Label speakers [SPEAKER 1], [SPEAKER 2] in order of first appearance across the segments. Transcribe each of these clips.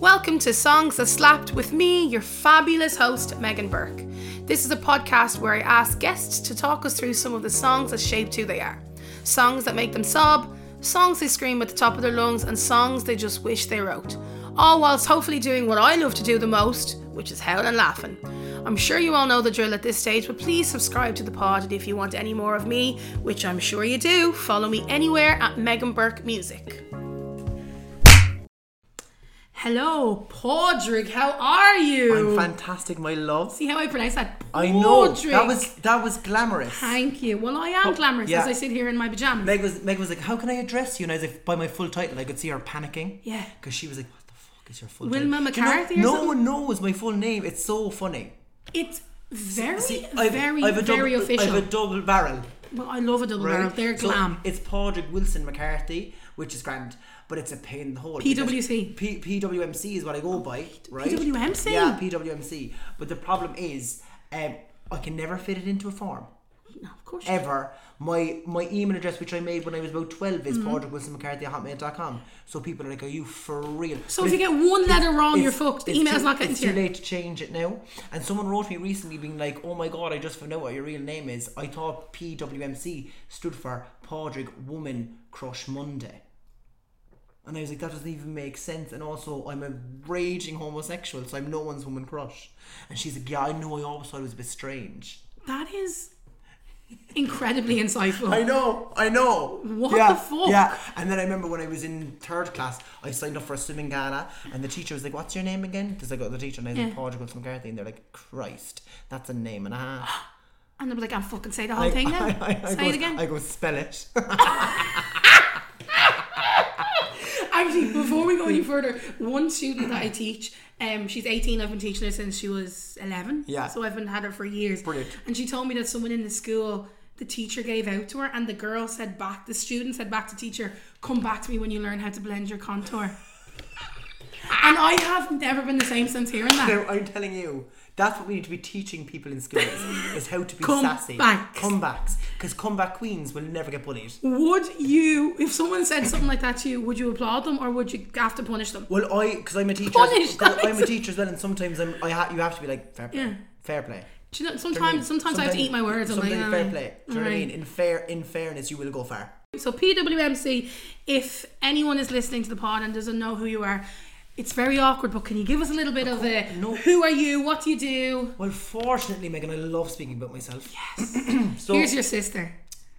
[SPEAKER 1] welcome to Songs That Slapped with me, your fabulous host, Megan Burke. This is a podcast where I ask guests to talk us through some of the songs that shaped who they are. Songs that make them sob, songs they scream at the top of their lungs, and songs they just wish they wrote. All whilst hopefully doing what I love to do the most, which is howl and laughing. I'm sure you all know the drill at this stage, but please subscribe to the pod. And if you want any more of me, which I'm sure you do, follow me anywhere at Megan Burke Music. Hello, Podrick. How are you?
[SPEAKER 2] I'm fantastic, my love.
[SPEAKER 1] See how I pronounce that?
[SPEAKER 2] I know
[SPEAKER 1] Podrick.
[SPEAKER 2] that was that was glamorous.
[SPEAKER 1] Thank you. Well, I am glamorous
[SPEAKER 2] yeah.
[SPEAKER 1] as I sit here in my pajamas.
[SPEAKER 2] Meg was Meg was like, "How can I address you?" And I was like, "By my full title." I could see her panicking.
[SPEAKER 1] Yeah.
[SPEAKER 2] because she was like, "What the fuck is your full
[SPEAKER 1] Wilma
[SPEAKER 2] title?" Do you know-
[SPEAKER 1] McCarthy or
[SPEAKER 2] no
[SPEAKER 1] something?
[SPEAKER 2] one knows my full name. It's so funny.
[SPEAKER 1] It's very,
[SPEAKER 2] See,
[SPEAKER 1] very,
[SPEAKER 2] a
[SPEAKER 1] very
[SPEAKER 2] double,
[SPEAKER 1] official.
[SPEAKER 2] I've a double barrel.
[SPEAKER 1] well, I love a double
[SPEAKER 2] Right?
[SPEAKER 1] barrel. They're
[SPEAKER 2] So
[SPEAKER 1] glam.
[SPEAKER 2] it's Padraig Wilson McCarthy, which is grand, but it's a pain in the hole.
[SPEAKER 1] PWC.
[SPEAKER 2] P- PWMC is what I go
[SPEAKER 1] Oh,
[SPEAKER 2] by, right?
[SPEAKER 1] PWMC?
[SPEAKER 2] Yeah, PWMC. But the problem is, um, I can never fit it into a form.
[SPEAKER 1] no, of course. you-
[SPEAKER 2] ever. My my email address, which I made when I was about 12,
[SPEAKER 1] Mm-hmm.
[SPEAKER 2] is mm. McCarthy at hotmail.com. So people are like, Are you for real?
[SPEAKER 1] so
[SPEAKER 2] But
[SPEAKER 1] if you
[SPEAKER 2] it's-
[SPEAKER 1] get one letter wrong, you're
[SPEAKER 2] it's-
[SPEAKER 1] fucked. The
[SPEAKER 2] it's
[SPEAKER 1] email's
[SPEAKER 2] too-
[SPEAKER 1] not getting
[SPEAKER 2] it's
[SPEAKER 1] to
[SPEAKER 2] too
[SPEAKER 1] you.
[SPEAKER 2] late to change it now. And someone wrote me recently being like, Oh my god, I just found out what your real name is. I thought PWMC stood for Padraig Woman Crush Monday. And I was like, that doesn't even make sense. And also, I'm a raging homosexual, so I'm no one's woman crush. And she's like, yeah, I know. I always thought it was a bit strange.
[SPEAKER 1] That is incredibly insightful.
[SPEAKER 2] I know, I know.
[SPEAKER 1] What
[SPEAKER 2] yeah,
[SPEAKER 1] the fuck?
[SPEAKER 2] Yeah. And then I remember when I was in third class, I signed up for a swimming gala, and the teacher was like, "What's your name again?" Because I got the teacher and I was like,
[SPEAKER 1] Yeah.
[SPEAKER 2] "Portugal from Garthy," and they're like, "Christ, that's a name and a half."
[SPEAKER 1] And I'm like, I'm fucking say the whole
[SPEAKER 2] I,
[SPEAKER 1] thing now.
[SPEAKER 2] I, I, I
[SPEAKER 1] say
[SPEAKER 2] go,
[SPEAKER 1] it again. Ah.
[SPEAKER 2] I go spell it.
[SPEAKER 1] Actually, before we go any further, one student that I teach, um, she's 18. I've been teaching her since she was 11.
[SPEAKER 2] Yeah.
[SPEAKER 1] So I've been had her for years.
[SPEAKER 2] Brilliant.
[SPEAKER 1] And she told me that someone in the school, the teacher gave out to her, and the girl said back, the student said back to teacher, "Come back to me when you learn how to blend your contour." and I have never been the same since hearing that.
[SPEAKER 2] Now, I'm telling you, that's what we need to be teaching people in schools is how to be sassy.
[SPEAKER 1] Comebacks.
[SPEAKER 2] Comebacks. Because comeback queens will never get bullied.
[SPEAKER 1] Would you, if someone said something like that to you, would you applaud them or would you have to punish them?
[SPEAKER 2] Well, I because I'm a teacher.
[SPEAKER 1] Punished,
[SPEAKER 2] 'cause
[SPEAKER 1] that
[SPEAKER 2] I'm a
[SPEAKER 1] makes-
[SPEAKER 2] teacher as well, and sometimes I'm, I ha- you have to be like fair play.
[SPEAKER 1] Yeah.
[SPEAKER 2] Fair play.
[SPEAKER 1] Do you know? Sometimes, sometimes I have to eat my words. I'm like,
[SPEAKER 2] Something
[SPEAKER 1] "Oh,
[SPEAKER 2] fair play. Do you know what I
[SPEAKER 1] alright."
[SPEAKER 2] mean? In fair, in fairness, you will go far.
[SPEAKER 1] So PWMC, if anyone is listening to the pod and doesn't know who you are, it's very awkward. But can you give us a little bit of a
[SPEAKER 2] no.
[SPEAKER 1] who are you? What do you do?
[SPEAKER 2] Well, fortunately, Megan, I love speaking about myself. Yes. so,
[SPEAKER 1] Here's your sister.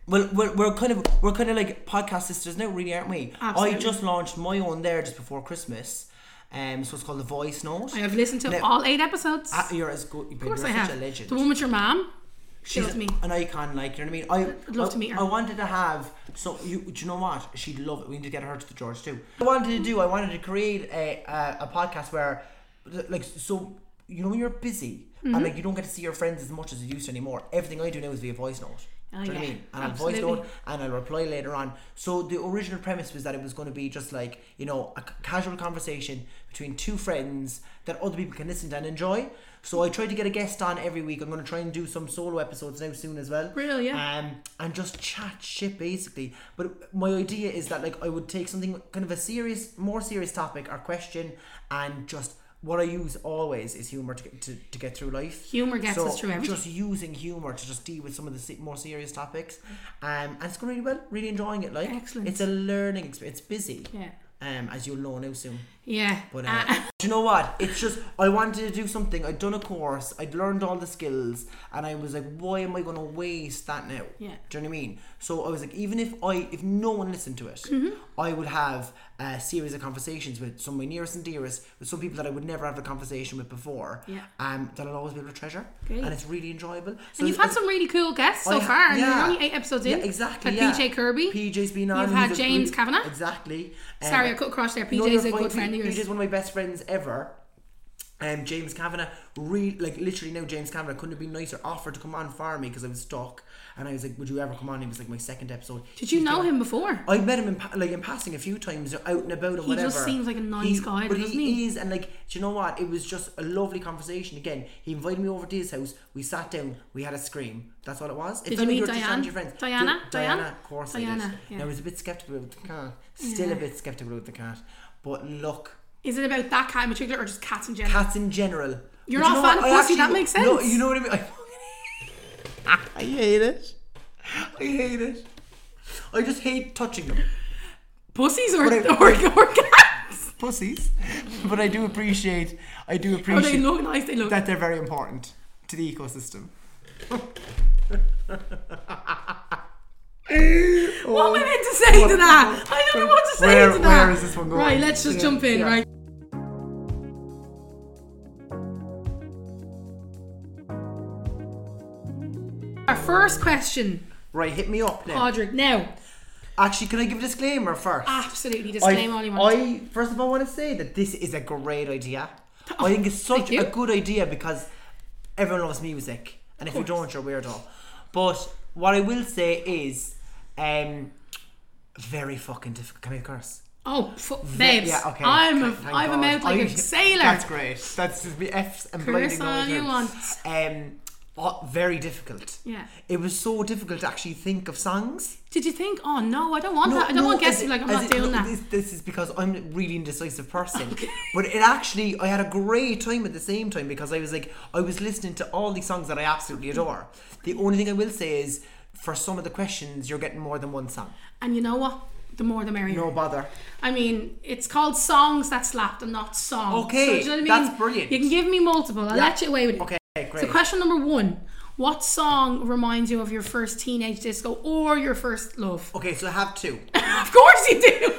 [SPEAKER 2] well, we're, we're kind of we're kind of like podcast sisters now, really, aren't we?
[SPEAKER 1] Absolutely.
[SPEAKER 2] I just launched my own there just before Christmas. Um, so it's called the Voice Note.
[SPEAKER 1] I have listened to
[SPEAKER 2] Now-
[SPEAKER 1] all eight episodes.
[SPEAKER 2] Ah, you're as good. Of
[SPEAKER 1] of course,
[SPEAKER 2] you're
[SPEAKER 1] I
[SPEAKER 2] such
[SPEAKER 1] have.
[SPEAKER 2] a legend.
[SPEAKER 1] The one with your mom.
[SPEAKER 2] She's
[SPEAKER 1] Kills me.
[SPEAKER 2] an icon, like you know what I mean. I
[SPEAKER 1] I'd love
[SPEAKER 2] I-
[SPEAKER 1] to meet her.
[SPEAKER 2] I wanted to have so you. Do you know what? She'd love it. We need to get her to the George too. I wanted to do. I wanted to create a a, a podcast where, like, so you know when you're busy
[SPEAKER 1] Mm-hmm.
[SPEAKER 2] and like you don't get to see your friends as much as you used to anymore. Everything I do now is via voice note.
[SPEAKER 1] Oh,
[SPEAKER 2] do you
[SPEAKER 1] yeah.
[SPEAKER 2] know what I mean? And
[SPEAKER 1] Absolutely.
[SPEAKER 2] I'll voice note and I'll reply later on. So the original premise was that it was going to be just like you know a c- casual conversation between two friends that other people can listen to and enjoy. So I try to get a guest on every week. I'm going to try and do some solo episodes now soon as well.
[SPEAKER 1] Really, yeah.
[SPEAKER 2] Um, and just chat shit basically. But my idea is that like I would take something kind of a serious, more serious topic or question, and just what I use always is humor to get, to, to get through life.
[SPEAKER 1] Humour gets
[SPEAKER 2] So
[SPEAKER 1] us through everything.
[SPEAKER 2] Just using humor to just deal with some of the se- more serious topics, um, and it's going really well. Really enjoying it. Like
[SPEAKER 1] Excellent.
[SPEAKER 2] It's a learning experience. It's busy.
[SPEAKER 1] Yeah.
[SPEAKER 2] Um, as you'll know now soon.
[SPEAKER 1] Yeah.
[SPEAKER 2] But uh,
[SPEAKER 1] Uh,
[SPEAKER 2] do you know what? It's just I wanted to do something. I'd done a course. I'd learned all the skills, and I was like, why am I going to waste that now?
[SPEAKER 1] Yeah.
[SPEAKER 2] Do you know what I mean? So I was like, even if I, if no one listened to it,
[SPEAKER 1] Mm-hmm.
[SPEAKER 2] I would have a series of conversations with some of my nearest and dearest, with some people that I would never have a conversation with before.
[SPEAKER 1] Yeah.
[SPEAKER 2] Um, that I'll always be able to treasure,
[SPEAKER 1] Great.
[SPEAKER 2] and it's really enjoyable. So
[SPEAKER 1] and you've had
[SPEAKER 2] it's-
[SPEAKER 1] some really cool guests so
[SPEAKER 2] I ha-
[SPEAKER 1] far, and
[SPEAKER 2] yeah.
[SPEAKER 1] you're only eight episodes in.
[SPEAKER 2] Yeah, exactly.
[SPEAKER 1] Like
[SPEAKER 2] yeah.
[SPEAKER 1] PJ Kirby.
[SPEAKER 2] PJ's been on.
[SPEAKER 1] You've
[SPEAKER 2] he's
[SPEAKER 1] had
[SPEAKER 2] a
[SPEAKER 1] James
[SPEAKER 2] really-
[SPEAKER 1] Kavanagh.
[SPEAKER 2] Exactly. Um,
[SPEAKER 1] Sorry, I cut across there.
[SPEAKER 2] no,
[SPEAKER 1] PJ is
[SPEAKER 2] you're
[SPEAKER 1] a
[SPEAKER 2] fine.
[SPEAKER 1] good friend of yours.
[SPEAKER 2] PJ's one of my best friends ever. Um, James Kavanagh, re- like literally now James Kavanagh couldn't have been nicer. Offered to come on for me because I was stuck, and I was like, "Would you ever come on?" It was like my second episode.
[SPEAKER 1] Did you
[SPEAKER 2] He's
[SPEAKER 1] know
[SPEAKER 2] like-
[SPEAKER 1] him before?
[SPEAKER 2] I met him in pa- like in passing a few times, out and about and
[SPEAKER 1] He
[SPEAKER 2] whatever.
[SPEAKER 1] just seems like a nice
[SPEAKER 2] He's-
[SPEAKER 1] guy,
[SPEAKER 2] but
[SPEAKER 1] doesn't
[SPEAKER 2] he,
[SPEAKER 1] he?
[SPEAKER 2] is. And like, do you know what? It was just a lovely conversation. Again, he invited me over to his house. We sat down. We had a scream. That's all it was. It's
[SPEAKER 1] Did
[SPEAKER 2] not
[SPEAKER 1] you
[SPEAKER 2] like
[SPEAKER 1] meet
[SPEAKER 2] were just chatting
[SPEAKER 1] Diane?
[SPEAKER 2] to your friends.
[SPEAKER 1] Diana?
[SPEAKER 2] Di-
[SPEAKER 1] Diane?
[SPEAKER 2] Diana, of course. I,
[SPEAKER 1] Diana,
[SPEAKER 2] did.
[SPEAKER 1] yeah.
[SPEAKER 2] Now, I was a bit skeptical about the cat. Still a bit skeptical about the cat. But look,
[SPEAKER 1] Is it about that cat in particular or just cats in general?
[SPEAKER 2] Cats in general.
[SPEAKER 1] You're not
[SPEAKER 2] But you
[SPEAKER 1] a
[SPEAKER 2] know
[SPEAKER 1] fan
[SPEAKER 2] what?
[SPEAKER 1] of
[SPEAKER 2] I
[SPEAKER 1] pussy, that makes
[SPEAKER 2] No,
[SPEAKER 1] sense.
[SPEAKER 2] you know what I mean? I fucking I hate it. I hate it. I just hate touching them.
[SPEAKER 1] Pussies or,
[SPEAKER 2] But I-
[SPEAKER 1] or, or cats?
[SPEAKER 2] Pussies. But I do appreciate I do
[SPEAKER 1] Or they
[SPEAKER 2] appreciate
[SPEAKER 1] look nice, they look.
[SPEAKER 2] that they're very important to the ecosystem.
[SPEAKER 1] what am I meant to say to that? I don't know what to say
[SPEAKER 2] Where-
[SPEAKER 1] to that.
[SPEAKER 2] where is this one going?
[SPEAKER 1] Right, let's just
[SPEAKER 2] Yeah,
[SPEAKER 1] jump in,
[SPEAKER 2] yeah.
[SPEAKER 1] right? Our first question,
[SPEAKER 2] Right, hit me up now.
[SPEAKER 1] Podrick. Now,
[SPEAKER 2] Actually, can I give a disclaimer first?
[SPEAKER 1] absolutely
[SPEAKER 2] I,
[SPEAKER 1] disclaim Ah, all you want.
[SPEAKER 2] I- first of all want to say that this is a great idea. I think it's
[SPEAKER 1] thank
[SPEAKER 2] such
[SPEAKER 1] you.
[SPEAKER 2] a good idea because everyone loves music, and if you
[SPEAKER 1] course.
[SPEAKER 2] don't, you're a weirdo. But what I will say is, um, very fucking difficult. Can I curse?
[SPEAKER 1] oh, f- babes.
[SPEAKER 2] Yeah, okay.
[SPEAKER 1] I'm
[SPEAKER 2] Thank-
[SPEAKER 1] a,
[SPEAKER 2] thank
[SPEAKER 1] I'm a
[SPEAKER 2] God.
[SPEAKER 1] mouth like
[SPEAKER 2] I-
[SPEAKER 1] a sailor.
[SPEAKER 2] That's great. That's just me F's and blinding
[SPEAKER 1] all
[SPEAKER 2] all the
[SPEAKER 1] you
[SPEAKER 2] time.
[SPEAKER 1] want.
[SPEAKER 2] Um, oh, very difficult.
[SPEAKER 1] Yeah.
[SPEAKER 2] It was so difficult to actually think of songs.
[SPEAKER 1] Did you think, oh no, I don't want that. I don't want
[SPEAKER 2] as
[SPEAKER 1] guests to
[SPEAKER 2] it-
[SPEAKER 1] be like, I'm
[SPEAKER 2] as
[SPEAKER 1] not
[SPEAKER 2] it-
[SPEAKER 1] doing
[SPEAKER 2] no,
[SPEAKER 1] that.
[SPEAKER 2] This, this is because I'm a really indecisive person. But it actually, I had a great time at the same time because I was like, I was listening to all these songs that I absolutely adore. The only thing I will say is, for some of the questions, you're getting more than one song.
[SPEAKER 1] And you know what? The more the merrier.
[SPEAKER 2] No bother.
[SPEAKER 1] I mean, it's called songs that slapped and not songs.
[SPEAKER 2] Okay,
[SPEAKER 1] So, do you know what I mean?
[SPEAKER 2] that's brilliant.
[SPEAKER 1] You can give me multiple. I'll
[SPEAKER 2] Yeah.
[SPEAKER 1] let you away with it.
[SPEAKER 2] Okay, great.
[SPEAKER 1] So, question number one: What song reminds you of your first teenage disco or your first love?
[SPEAKER 2] okay, so I have two.
[SPEAKER 1] of course you do.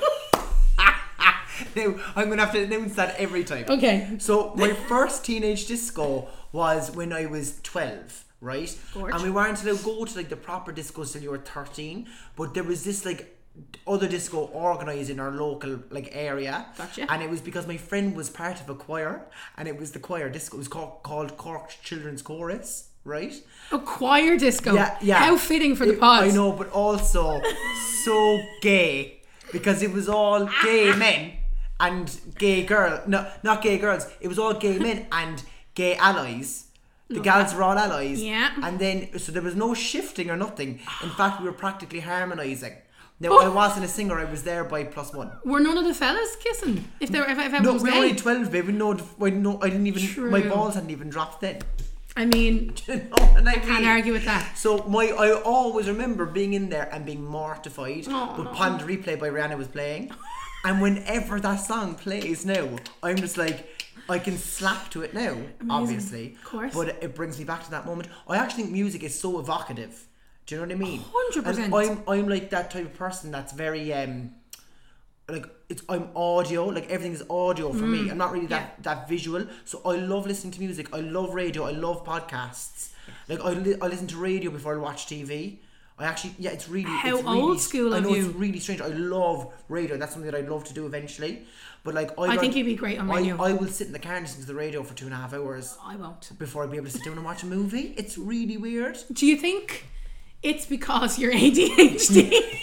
[SPEAKER 2] now, I'm going to have to announce that every time.
[SPEAKER 1] okay.
[SPEAKER 2] So my first teenage disco was when I was twelve, right?
[SPEAKER 1] Gorge.
[SPEAKER 2] And we weren't allowed to go to like the proper discos till you were thirteen, but there was this like other disco organised in our local like area.
[SPEAKER 1] Gotcha.
[SPEAKER 2] And it was because my friend was part of a choir, and it was the choir disco. It was called, called Cork Children's Chorus, right?
[SPEAKER 1] A choir disco.
[SPEAKER 2] Yeah, yeah.
[SPEAKER 1] Oh, How fitting for the
[SPEAKER 2] It-
[SPEAKER 1] pod.
[SPEAKER 2] I know, but also so gay because it was all gay
[SPEAKER 1] Ah.
[SPEAKER 2] men and gay girl. No, not gay girls. It was all gay men and gay allies. The gals were all allies.
[SPEAKER 1] Yeah. Ah.
[SPEAKER 2] And then, so there was no shifting or nothing. In fact, we were practically harmonising. Now,
[SPEAKER 1] Oh.
[SPEAKER 2] I wasn't a singer, I was there by plus one.
[SPEAKER 1] Were none of the fellas kissing? If they were, if, if everyone
[SPEAKER 2] No,
[SPEAKER 1] was
[SPEAKER 2] we were
[SPEAKER 1] gay.
[SPEAKER 2] only 12, babe. No, I, no, I didn't even, my
[SPEAKER 1] True.
[SPEAKER 2] balls hadn't even dropped then.
[SPEAKER 1] I mean,
[SPEAKER 2] you know what I
[SPEAKER 1] can't
[SPEAKER 2] mean?
[SPEAKER 1] argue with that.
[SPEAKER 2] So my I always remember being in there and being mortified.
[SPEAKER 1] Oh,
[SPEAKER 2] but
[SPEAKER 1] no.
[SPEAKER 2] Pond Replay by Rihanna was playing. and whenever that song plays now, I'm just like I can slap to it now, obviously.
[SPEAKER 1] Of course.
[SPEAKER 2] But it brings me back to that moment. I actually think music is so evocative. Do you know what I mean?
[SPEAKER 1] 100%.
[SPEAKER 2] And I'm I'm like that type of person that's very um like it's I'm audio, like everything is audio for
[SPEAKER 1] Mm.
[SPEAKER 2] me. I'm not really that that visual. So I love listening to music. I love radio. I love podcasts. Like I, li- I listen to radio before I watch TV. I actually yeah, it's really
[SPEAKER 1] How
[SPEAKER 2] it's really-
[SPEAKER 1] old school
[SPEAKER 2] I
[SPEAKER 1] of
[SPEAKER 2] know
[SPEAKER 1] you.
[SPEAKER 2] it's really strange. I love radio. That's something that I'd love to do eventually. But like I,
[SPEAKER 1] I
[SPEAKER 2] learned-
[SPEAKER 1] think you'd be great on
[SPEAKER 2] I-
[SPEAKER 1] radio.
[SPEAKER 2] I, will sit in the car and listen to the radio for two and a half hours
[SPEAKER 1] I won't.
[SPEAKER 2] before I'd be able to sit down and watch a movie. It's really weird.
[SPEAKER 1] Do you think it's because you're ADHD?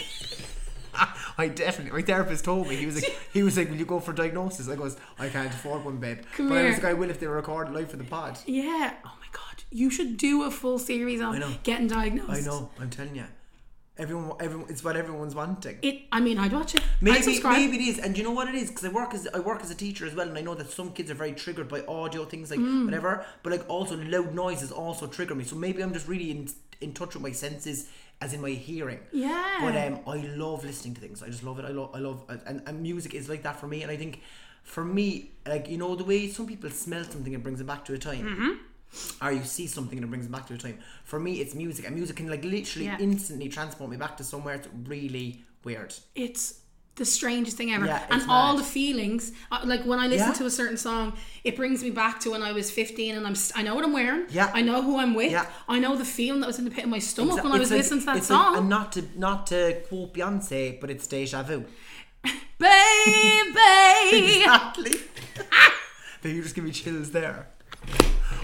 [SPEAKER 2] I definitely. My therapist told me he was like, he was like, "Will you go for diagnosis?" I goes, "I can't afford one, babe."
[SPEAKER 1] Come
[SPEAKER 2] but I was
[SPEAKER 1] here.
[SPEAKER 2] like, "I will if they record live for the pod."
[SPEAKER 1] yeah. Oh my god. You should do a full series on
[SPEAKER 2] know.
[SPEAKER 1] getting diagnosed.
[SPEAKER 2] I know. I'm telling you, everyone, everyone, it's what everyone's wanting.
[SPEAKER 1] It. I mean, I'd watch it. I'd
[SPEAKER 2] Maybe,
[SPEAKER 1] subscribe.
[SPEAKER 2] maybe it is, and you know what it is, because I work as I work as a teacher as well, and I know that some kids are very triggered by audio things like
[SPEAKER 1] Mm.
[SPEAKER 2] whatever, but like also loud noises also trigger me. So maybe I'm just really in in touch with my senses, as in my hearing.
[SPEAKER 1] Yeah.
[SPEAKER 2] But um, I love listening to things. I just love it. I love. I love. And, and music is like that for me. And I think, for me, like you know the way some people smell something and brings them back to a time.
[SPEAKER 1] Mm-hmm.
[SPEAKER 2] Or you see something and it brings them back to a time. For me, it's music, and music can like literally
[SPEAKER 1] Yeah.
[SPEAKER 2] instantly transport me back to somewhere. It's really weird.
[SPEAKER 1] it's the strangest thing ever
[SPEAKER 2] Yeah,
[SPEAKER 1] and
[SPEAKER 2] it's
[SPEAKER 1] all
[SPEAKER 2] mad.
[SPEAKER 1] the feelings uh, like when i listen
[SPEAKER 2] Yeah.
[SPEAKER 1] to a certain song it brings me back to when i was 15 and i'm st- i know what i'm wearing
[SPEAKER 2] Yeah.
[SPEAKER 1] i know who i'm with
[SPEAKER 2] Yeah.
[SPEAKER 1] i know the feeling that was in the pit of my stomach
[SPEAKER 2] Exa-
[SPEAKER 1] Oh, when i was
[SPEAKER 2] it's like-
[SPEAKER 1] listening to that
[SPEAKER 2] it's like-
[SPEAKER 1] song
[SPEAKER 2] and not to not to quote Beyonce, but it's deja vu.
[SPEAKER 1] baby
[SPEAKER 2] Exactly. but you just give me chills there.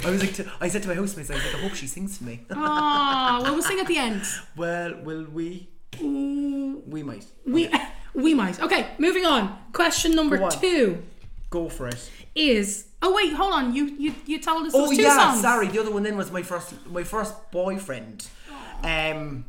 [SPEAKER 2] I was like, to, I said to my housemates, I was like, I hope she sings to me.
[SPEAKER 1] oh well we'll sing at the end
[SPEAKER 2] well, will we?
[SPEAKER 1] Mm,
[SPEAKER 2] We might
[SPEAKER 1] we we might okay moving on question number
[SPEAKER 2] Go on.
[SPEAKER 1] two
[SPEAKER 2] go for it.
[SPEAKER 1] is oh wait hold on you you, you told us
[SPEAKER 2] Oh
[SPEAKER 1] those two
[SPEAKER 2] yeah,
[SPEAKER 1] songs
[SPEAKER 2] sorry. The other one then was my first my first boyfriend. Um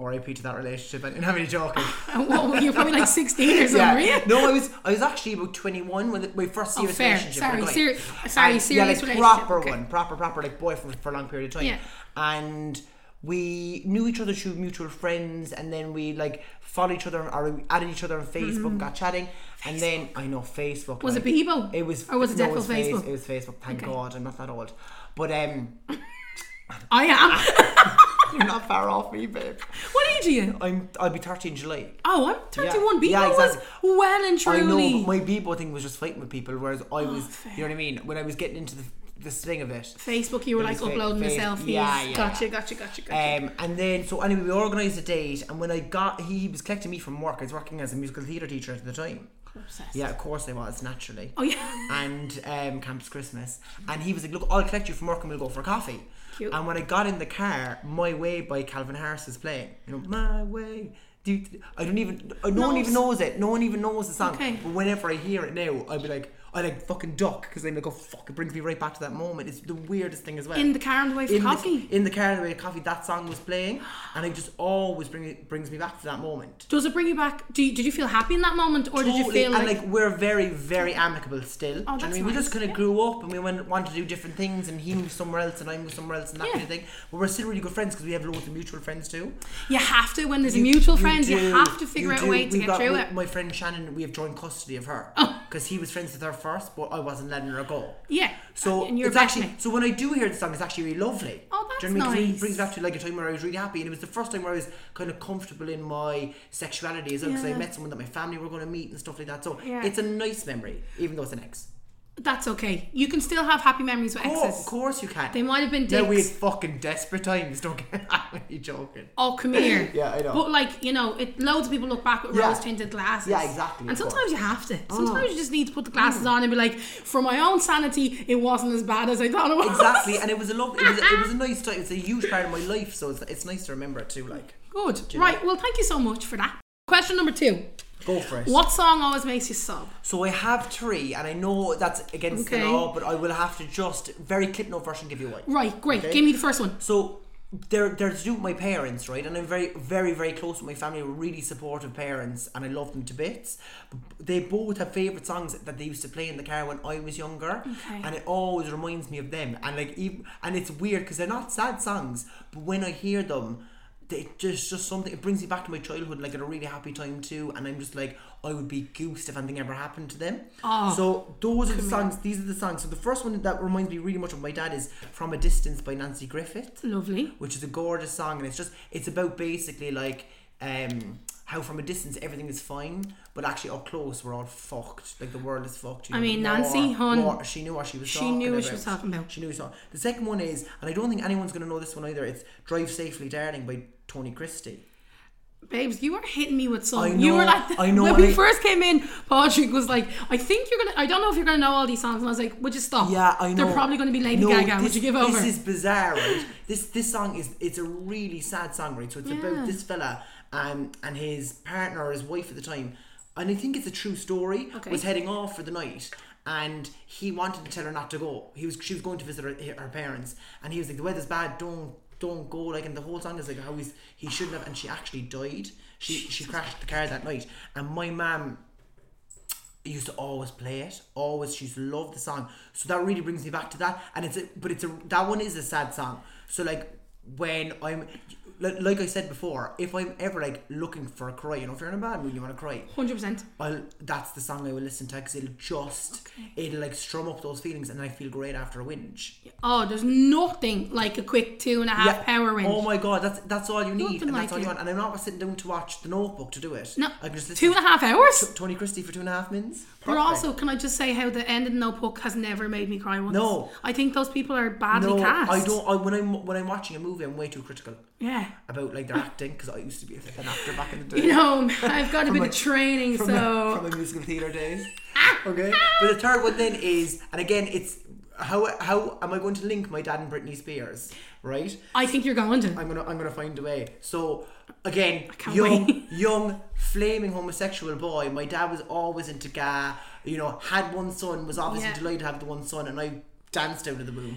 [SPEAKER 2] R.I.P. to that relationship. I didn't have any jokers.
[SPEAKER 1] Whoa, you're probably like 16 or something, were you?
[SPEAKER 2] No, I was I was actually about 21 when the, my first serious
[SPEAKER 1] Oh, fair.
[SPEAKER 2] relationship. with
[SPEAKER 1] Sorry,
[SPEAKER 2] a guy.
[SPEAKER 1] seri- sorry,
[SPEAKER 2] And-
[SPEAKER 1] serious
[SPEAKER 2] yeah, like
[SPEAKER 1] relationship,
[SPEAKER 2] proper
[SPEAKER 1] okay.
[SPEAKER 2] one, proper proper like boyfriend for a long period of time.
[SPEAKER 1] Yeah.
[SPEAKER 2] And we knew each other through mutual friends, and then we like followed each other or we added each other on Facebook, got chatting, and then I know Facebook.
[SPEAKER 1] Mm-hmm. Was it
[SPEAKER 2] like,
[SPEAKER 1] Bebo?
[SPEAKER 2] It was.
[SPEAKER 1] Or was it
[SPEAKER 2] no,
[SPEAKER 1] Death
[SPEAKER 2] was
[SPEAKER 1] by
[SPEAKER 2] Face-
[SPEAKER 1] Facebook?
[SPEAKER 2] It was Facebook. Thank
[SPEAKER 1] Okay.
[SPEAKER 2] God, I'm not that old. But um,
[SPEAKER 1] I am.
[SPEAKER 2] you're not far off me, babe.
[SPEAKER 1] what age are you?
[SPEAKER 2] I'm. I'll be 13 in July.
[SPEAKER 1] Oh, I'm 31.
[SPEAKER 2] Yeah,
[SPEAKER 1] Bebo was
[SPEAKER 2] exactly.
[SPEAKER 1] well and
[SPEAKER 2] I know
[SPEAKER 1] truly. Oh,
[SPEAKER 2] but my Bebo thing was just fighting with people, whereas I was, you know what I mean? When I was getting into the, the swing of it.
[SPEAKER 1] Facebook, you were
[SPEAKER 2] It
[SPEAKER 1] like
[SPEAKER 2] was fa-
[SPEAKER 1] uploading
[SPEAKER 2] face-
[SPEAKER 1] yourself.
[SPEAKER 2] yeah, yeah,
[SPEAKER 1] Gotcha,
[SPEAKER 2] yeah.
[SPEAKER 1] gotcha, gotcha, gotcha.
[SPEAKER 2] Um, and then, so anyway, we organised a date, and when I got, he, was collecting me from work. I was working as a musical theatre teacher at the time.
[SPEAKER 1] Obsessed.
[SPEAKER 2] Yeah, of course I was, naturally.
[SPEAKER 1] Oh, yeah.
[SPEAKER 2] And um, Campus Christmas. And he was like, Look, I'll collect you from work and we'll go for coffee.
[SPEAKER 1] Cute.
[SPEAKER 2] And when I got in the car, My Way by Calvin Harris is playing. You know, My Way. Do, do- I don't even, uh, no one
[SPEAKER 1] Knows.
[SPEAKER 2] even knows it. No one even knows the song.
[SPEAKER 1] Okay.
[SPEAKER 2] But whenever I hear it now, I'll be like, I like fucking duck because I'm like, oh fuck, it brings me right back to that moment. It's the weirdest thing as well.
[SPEAKER 1] In the car on the way for
[SPEAKER 2] in
[SPEAKER 1] coffee.
[SPEAKER 2] The, in the car, the way coffee, that song was playing, and it just always bring it, brings me back to that moment.
[SPEAKER 1] Does it bring you back? Do you, did you feel happy in that moment, or did you
[SPEAKER 2] Totally,
[SPEAKER 1] feel like,
[SPEAKER 2] and like we're very very amicable
[SPEAKER 1] Oh,
[SPEAKER 2] still Do you know what I
[SPEAKER 1] that's
[SPEAKER 2] mean we just
[SPEAKER 1] nice,
[SPEAKER 2] kind of
[SPEAKER 1] yeah.
[SPEAKER 2] grew up and we went wanted to do different things and he moved somewhere else and I moved somewhere else and that
[SPEAKER 1] Yeah.
[SPEAKER 2] kind of thing but we're still really good friends because we have loads of mutual friends too
[SPEAKER 1] you have to when there's a
[SPEAKER 2] You-
[SPEAKER 1] mutual
[SPEAKER 2] you
[SPEAKER 1] friend, you
[SPEAKER 2] do,
[SPEAKER 1] have to figure
[SPEAKER 2] you
[SPEAKER 1] out a
[SPEAKER 2] do.
[SPEAKER 1] way to
[SPEAKER 2] We've
[SPEAKER 1] get
[SPEAKER 2] got-
[SPEAKER 1] through
[SPEAKER 2] we-
[SPEAKER 1] it. Oh.
[SPEAKER 2] my friend Shannon we have joint custody of her because he was friends with her first but I wasn't letting her go
[SPEAKER 1] Yeah.
[SPEAKER 2] so
[SPEAKER 1] and you're
[SPEAKER 2] it's actually
[SPEAKER 1] passionate.
[SPEAKER 2] so when I do hear the song, it's actually really lovely.
[SPEAKER 1] Oh,
[SPEAKER 2] do you know
[SPEAKER 1] that's
[SPEAKER 2] what I mean? 'Cause
[SPEAKER 1] nice.
[SPEAKER 2] It brings back to like a time where I was really happy, and it was the first time where I was kind of comfortable in my sexuality as well, because
[SPEAKER 1] Yeah.
[SPEAKER 2] I met someone that my family were going to meet and stuff like that. So
[SPEAKER 1] Yeah.
[SPEAKER 2] it's a nice memory, even though it's an ex.
[SPEAKER 1] That's okay. You can still have happy memories with
[SPEAKER 2] Oh, of
[SPEAKER 1] exes.
[SPEAKER 2] course you can.
[SPEAKER 1] They might have been
[SPEAKER 2] Now we had
[SPEAKER 1] dicks.
[SPEAKER 2] fucking desperate times. Don't get I'm only joking.
[SPEAKER 1] Oh, come here.
[SPEAKER 2] Yeah, I know.
[SPEAKER 1] But like you know, it loads of people look back with
[SPEAKER 2] Yeah.
[SPEAKER 1] rose tinted glasses.
[SPEAKER 2] Yeah, exactly,
[SPEAKER 1] And
[SPEAKER 2] of course. Oh.
[SPEAKER 1] sometimes you have to. Sometimes you just need to put the glasses on and be like, for my own sanity, it wasn't as bad as I thought it was.
[SPEAKER 2] Exactly, and it was a lovely. It was, it was a nice time. It's a huge part of my life, so it's, it's nice to remember it too. Like,
[SPEAKER 1] Good.
[SPEAKER 2] Do you
[SPEAKER 1] Right. Well, thank you so much for that. Question number two.
[SPEAKER 2] go for it.
[SPEAKER 1] What song always makes you sob?
[SPEAKER 2] So I have three, and I know that's against
[SPEAKER 1] Okay.
[SPEAKER 2] the law, but I will have to just very clip note version give you one.
[SPEAKER 1] Right. Great.
[SPEAKER 2] Okay.
[SPEAKER 1] Give me the first one.
[SPEAKER 2] So they're they're to do with my parents, right? And I'm very very very close with my family. We're really supportive parents, and I love them to bits. But they both have favorite songs that they used to play in the car when I was younger,
[SPEAKER 1] Okay.
[SPEAKER 2] and it always reminds me of them. And like even and it's weird because they're not sad songs, but when I hear them. It just just something it brings me back to my childhood like at a really happy time too and I'm just like I would be goosed if anything ever happened to them.
[SPEAKER 1] Oh.
[SPEAKER 2] So those are the songs these are the songs. So the first one that reminds me really much of my dad is From a Distance by Nancy Griffith
[SPEAKER 1] Lovely.
[SPEAKER 2] which is a gorgeous song and it's just it's about basically like um how from a distance everything is fine but actually up close we're all fucked like the world is fucked you
[SPEAKER 1] I
[SPEAKER 2] know,
[SPEAKER 1] mean,
[SPEAKER 2] war-
[SPEAKER 1] Nancy, hun.
[SPEAKER 2] war- she knew what she was
[SPEAKER 1] She
[SPEAKER 2] talking
[SPEAKER 1] knew what
[SPEAKER 2] about.
[SPEAKER 1] she was talking about.
[SPEAKER 2] she knew what she was talking- the second one is and I don't think anyone's going to know this one either it's Drive Safely Darling by Tony Christie
[SPEAKER 1] Babes, you were hitting me with some.
[SPEAKER 2] I
[SPEAKER 1] you were
[SPEAKER 2] know,
[SPEAKER 1] like,
[SPEAKER 2] I know,
[SPEAKER 1] when
[SPEAKER 2] and
[SPEAKER 1] we
[SPEAKER 2] I-
[SPEAKER 1] first came in, Patrick was like, I think you're gonna, I don't know if you're gonna know all these songs. And I was like, would you stop?
[SPEAKER 2] Yeah, I know.
[SPEAKER 1] They're probably gonna be Lady
[SPEAKER 2] No,
[SPEAKER 1] Gaga.
[SPEAKER 2] This,
[SPEAKER 1] would you give over?
[SPEAKER 2] This is bizarre, right? this this song is it's a really sad song, right? So it's
[SPEAKER 1] Yeah.
[SPEAKER 2] about this fella um, and his partner or his wife at the time, and I think it's a true story.
[SPEAKER 1] Okay.
[SPEAKER 2] Was heading off for the night. And he wanted to tell her not to go. He was she was going to visit her, her parents, and he was like, "The weather's bad. Don't don't go." Like, and the whole song is like how he's he shouldn't have. And she actually died. She she crashed the car that night. And my mum I used to always play it. Always, she used to love the song. So that really brings me back to that. And it's a, but it's a that one is a sad song. So like when I'm, li- like I said before, if I'm ever like looking for a cry, you know, if you're in a bad mood, you want to cry.
[SPEAKER 1] 100%.
[SPEAKER 2] I'll that's the song I will listen to because it'll just it'll like strum up those feelings and I feel great after a whinge.
[SPEAKER 1] Oh, there's nothing like a quick two and a half power win.
[SPEAKER 2] Oh my god, that's that's all you need,
[SPEAKER 1] Nothing
[SPEAKER 2] and
[SPEAKER 1] like
[SPEAKER 2] that's all
[SPEAKER 1] it.
[SPEAKER 2] you want. And I'm not sitting down to watch The Notebook to do it.
[SPEAKER 1] no,
[SPEAKER 2] I can just
[SPEAKER 1] two
[SPEAKER 2] listen
[SPEAKER 1] and a half hours?
[SPEAKER 2] to Tony Christie for two and a half minutes.
[SPEAKER 1] But
[SPEAKER 2] Perfect.
[SPEAKER 1] also, can I just say how the end of the notebook has never made me cry once?
[SPEAKER 2] No.
[SPEAKER 1] I think those people are badly
[SPEAKER 2] No,
[SPEAKER 1] cast.
[SPEAKER 2] I don't. I, when I'm when I'm watching a movie, I'm way too critical
[SPEAKER 1] Yeah.
[SPEAKER 2] about like their acting because I used to be an actor back in the day.
[SPEAKER 1] You know, I've got a bit
[SPEAKER 2] my-
[SPEAKER 1] of training,
[SPEAKER 2] from,
[SPEAKER 1] so.
[SPEAKER 2] my, from my musical theatre days. okay. But the third one then is, and again, it's how how am I going to link my dad and Britney Spears, right?
[SPEAKER 1] I think you're going to.
[SPEAKER 2] I'm gonna I'm gonna find a way. So again,
[SPEAKER 1] can't
[SPEAKER 2] young
[SPEAKER 1] wait.
[SPEAKER 2] young flaming homosexual boy. My dad was always into ga. You know, had one son. Was obviously
[SPEAKER 1] Yeah.
[SPEAKER 2] delighted to have the one son, and I danced out of the room.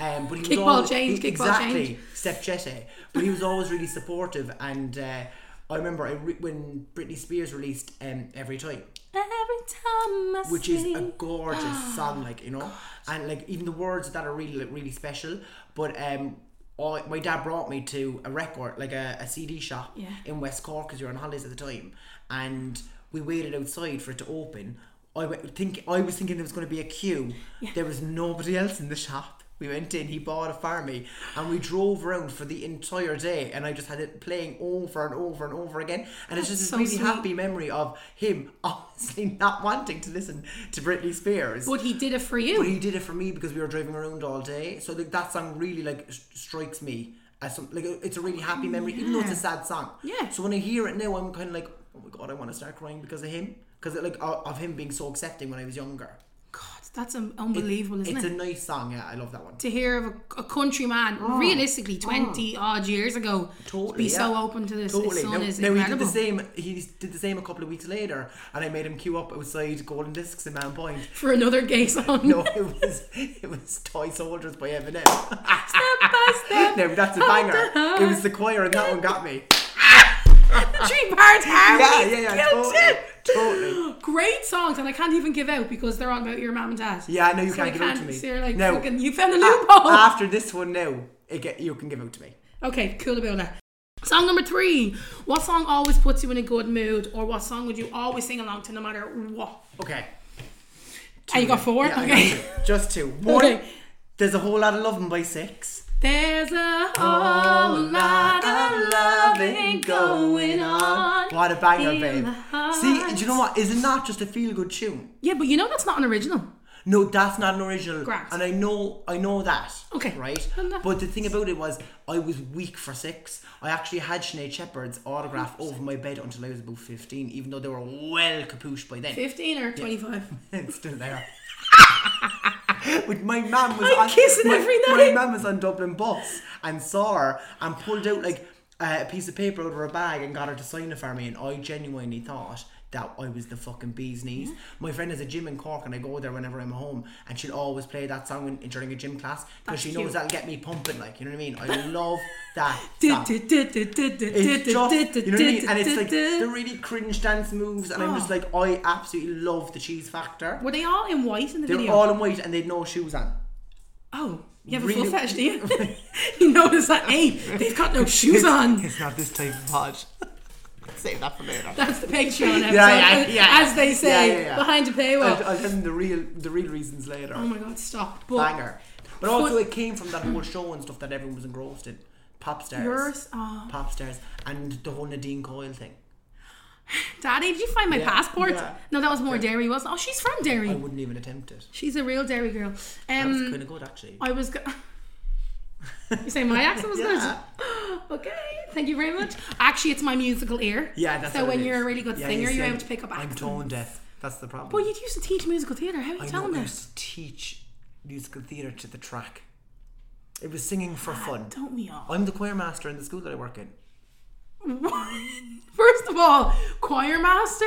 [SPEAKER 2] Um, but he
[SPEAKER 1] Kickball
[SPEAKER 2] was always,
[SPEAKER 1] change,
[SPEAKER 2] he-
[SPEAKER 1] kickball
[SPEAKER 2] exactly
[SPEAKER 1] change.
[SPEAKER 2] Stepchette. But he was always really supportive, and uh, I remember I re- when Britney Spears released um, Every Time,
[SPEAKER 1] Every time I
[SPEAKER 2] which is a
[SPEAKER 1] see-
[SPEAKER 2] gorgeous song, like you know, and like even the words that are really like, really special. But um, I, my dad brought me to a record, like a, a CD shop
[SPEAKER 1] Yeah.
[SPEAKER 2] in West Cork because we were on holidays at the time, and we waited outside for it to open. I went, think I was thinking there was going to be a queue. There was nobody else in the shop. We went in, he bought it for me, and we drove around for the entire day. And I just had it playing over and over and over again. And it's just this
[SPEAKER 1] so
[SPEAKER 2] really
[SPEAKER 1] sweet.
[SPEAKER 2] happy memory of him honestly not wanting to listen to Britney Spears.
[SPEAKER 1] but he did it for you.
[SPEAKER 2] But he did it for me because we were driving around all day. So like that song really like s- strikes me as some, like it's a really happy memory, even though it's a sad song.
[SPEAKER 1] Yeah.
[SPEAKER 2] So when I hear it now, I'm kind of like, oh my god, I want to start crying because of him, because like of of him being so accepting when I was younger.
[SPEAKER 1] God, that's um, unbelievable, isn't
[SPEAKER 2] It's
[SPEAKER 1] it?
[SPEAKER 2] a nice song. Yeah, I love that one.
[SPEAKER 1] to hear of a, a country man, realistically, 20 odd years ago,
[SPEAKER 2] Oh. Totally,
[SPEAKER 1] be so
[SPEAKER 2] yeah.
[SPEAKER 1] open to this. His
[SPEAKER 2] Totally.
[SPEAKER 1] son
[SPEAKER 2] Now,
[SPEAKER 1] is
[SPEAKER 2] now he did
[SPEAKER 1] incredible.
[SPEAKER 2] the same. He did the same a couple of weeks later, and I made him queue up outside Golden Discs in Man Point.
[SPEAKER 1] for another gay song.
[SPEAKER 2] No, it was it was Toy Soldiers by Eminem.
[SPEAKER 1] step by step.
[SPEAKER 2] No, that's a banger. It was the choir, and that one got me.
[SPEAKER 1] Three parts
[SPEAKER 2] Yeah,
[SPEAKER 1] harmony.
[SPEAKER 2] yeah, yeah, totally, totally.
[SPEAKER 1] Great songs, and I can't even give out because they're all about your mom and dad.
[SPEAKER 2] Yeah, no, you
[SPEAKER 1] So I
[SPEAKER 2] can't give it to
[SPEAKER 1] can't-
[SPEAKER 2] me.
[SPEAKER 1] so you're like,
[SPEAKER 2] no. Ah,
[SPEAKER 1] fucking- you found a
[SPEAKER 2] A-
[SPEAKER 1] loophole.
[SPEAKER 2] After this one, now it get, you can give out to me.
[SPEAKER 1] Okay, cool about that. Song number three. What song always puts you in a good mood, or what song would you always sing along to no matter what?
[SPEAKER 2] Okay.
[SPEAKER 1] And you got four?
[SPEAKER 2] Yeah, I
[SPEAKER 1] okay.
[SPEAKER 2] got two. Just two. One.
[SPEAKER 1] Okay.
[SPEAKER 2] There's a whole lot of loving by six.
[SPEAKER 1] There's a whole lot of loving going on.
[SPEAKER 2] What a banger,
[SPEAKER 1] in
[SPEAKER 2] babe.
[SPEAKER 1] the heart.
[SPEAKER 2] See, do you know what? Is it not just a feel good tune?
[SPEAKER 1] Yeah, but you know that's not an original.
[SPEAKER 2] No, that's not an original.
[SPEAKER 1] Grand.
[SPEAKER 2] And I know, I know that.
[SPEAKER 1] Okay.
[SPEAKER 2] Right.
[SPEAKER 1] And that-
[SPEAKER 2] But the thing about it was, I was weak for six. I actually had Sinead Shepherd's autograph over my bed until I was about fifteen, even though they were well capooshed by then.
[SPEAKER 1] 15 or 25.
[SPEAKER 2] it's still there. But my mum was
[SPEAKER 1] I'm
[SPEAKER 2] on,
[SPEAKER 1] kissing
[SPEAKER 2] my,
[SPEAKER 1] every
[SPEAKER 2] my
[SPEAKER 1] night.
[SPEAKER 2] mum was on Dublin bus and saw her and pulled out like a piece of paper out of her bag and got her to sign it for me and I genuinely thought that I was the fucking bee's knees.
[SPEAKER 1] Mm-hmm.
[SPEAKER 2] My friend has a gym in Cork and I go there whenever I'm home and she'll always play that song when, during a gym class because
[SPEAKER 1] That's
[SPEAKER 2] she
[SPEAKER 1] cute.
[SPEAKER 2] knows that'll get me pumping like, you know what I mean? I love that song. It's just, you know what I mean? And it's like the
[SPEAKER 1] Were
[SPEAKER 2] really cringe dance moves and I'm just
[SPEAKER 1] Oh.
[SPEAKER 2] like, I absolutely love the cheese factor.
[SPEAKER 1] they all in white in the
[SPEAKER 2] They were
[SPEAKER 1] video?
[SPEAKER 2] all in white and they had no shoes on.
[SPEAKER 1] oh, you have a
[SPEAKER 2] Really-
[SPEAKER 1] full fetish, do you? you notice that, hey, they've got no shoes on.
[SPEAKER 2] It's not this type of pod. Save that for later.
[SPEAKER 1] That's the Patreon episode, uh,
[SPEAKER 2] yeah, yeah.
[SPEAKER 1] as they say,
[SPEAKER 2] Yeah, yeah, yeah.
[SPEAKER 1] behind a
[SPEAKER 2] I'll,
[SPEAKER 1] paywall.
[SPEAKER 2] I'll tell them the real, the real reasons later.
[SPEAKER 1] oh my god, stop. But
[SPEAKER 2] Banger. But also, it came from that whole show and stuff that everyone was engrossed in. Pop stars.
[SPEAKER 1] Yours? Oh.
[SPEAKER 2] Pop stars. And the whole Nadine Coyle thing.
[SPEAKER 1] Daddy, did you find my
[SPEAKER 2] Yeah,
[SPEAKER 1] passport?
[SPEAKER 2] yeah.
[SPEAKER 1] No, that was more Derry, wasn't it? Oh, she's from Derry.
[SPEAKER 2] I wouldn't even attempt it.
[SPEAKER 1] She's a real dairy girl.
[SPEAKER 2] That was
[SPEAKER 1] Um,
[SPEAKER 2] kind of good, actually.
[SPEAKER 1] I was. Go- you say my accent was
[SPEAKER 2] Yeah.
[SPEAKER 1] good. Okay, thank you very much. Actually, it's my musical ear.
[SPEAKER 2] Yeah, that's
[SPEAKER 1] so
[SPEAKER 2] what it
[SPEAKER 1] when you're
[SPEAKER 2] is.
[SPEAKER 1] a really good
[SPEAKER 2] Yeah, you
[SPEAKER 1] singer,
[SPEAKER 2] see,
[SPEAKER 1] you're
[SPEAKER 2] I'm-
[SPEAKER 1] able to pick up
[SPEAKER 2] I'm
[SPEAKER 1] accents.
[SPEAKER 2] tone deaf. That's the problem.
[SPEAKER 1] Well, you used to teach musical theatre. How are you
[SPEAKER 2] I
[SPEAKER 1] telling
[SPEAKER 2] know I
[SPEAKER 1] this?
[SPEAKER 2] used to teach musical theatre to the track. It was singing for fun.
[SPEAKER 1] Don't we all?
[SPEAKER 2] I'm the choir master in the school that I work in.
[SPEAKER 1] First of all, choir master.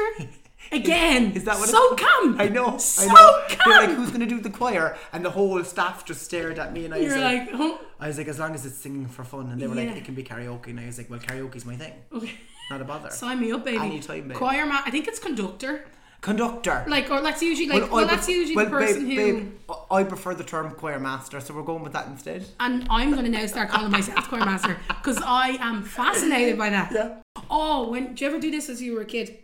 [SPEAKER 1] Again,
[SPEAKER 2] Is that what
[SPEAKER 1] so
[SPEAKER 2] it's
[SPEAKER 1] calm?
[SPEAKER 2] I know.
[SPEAKER 1] So
[SPEAKER 2] I know. They're
[SPEAKER 1] calm.
[SPEAKER 2] like, who's going to do the choir? And the whole staff just stared at me and I was
[SPEAKER 1] You're
[SPEAKER 2] like,
[SPEAKER 1] like, oh,
[SPEAKER 2] I was like, as long as it's singing for fun. And they were
[SPEAKER 1] Yeah.
[SPEAKER 2] like, it can be karaoke. And I was like, well, karaoke's my thing.
[SPEAKER 1] okay.
[SPEAKER 2] Not a bother.
[SPEAKER 1] Sign me up, baby.
[SPEAKER 2] Anytime, babe.
[SPEAKER 1] Choir ma- I think it's conductor.
[SPEAKER 2] Conductor.
[SPEAKER 1] Like, or that's usually like, well,
[SPEAKER 2] I
[SPEAKER 1] that's
[SPEAKER 2] pref-
[SPEAKER 1] usually
[SPEAKER 2] well,
[SPEAKER 1] the person
[SPEAKER 2] babe,
[SPEAKER 1] who.
[SPEAKER 2] Babe, I- I prefer the term choir master, so we're going with that instead.
[SPEAKER 1] And I'm going to now start calling myself choir master because I am fascinated by that.
[SPEAKER 2] Yeah.
[SPEAKER 1] Oh, when do you ever do this as you were a kid?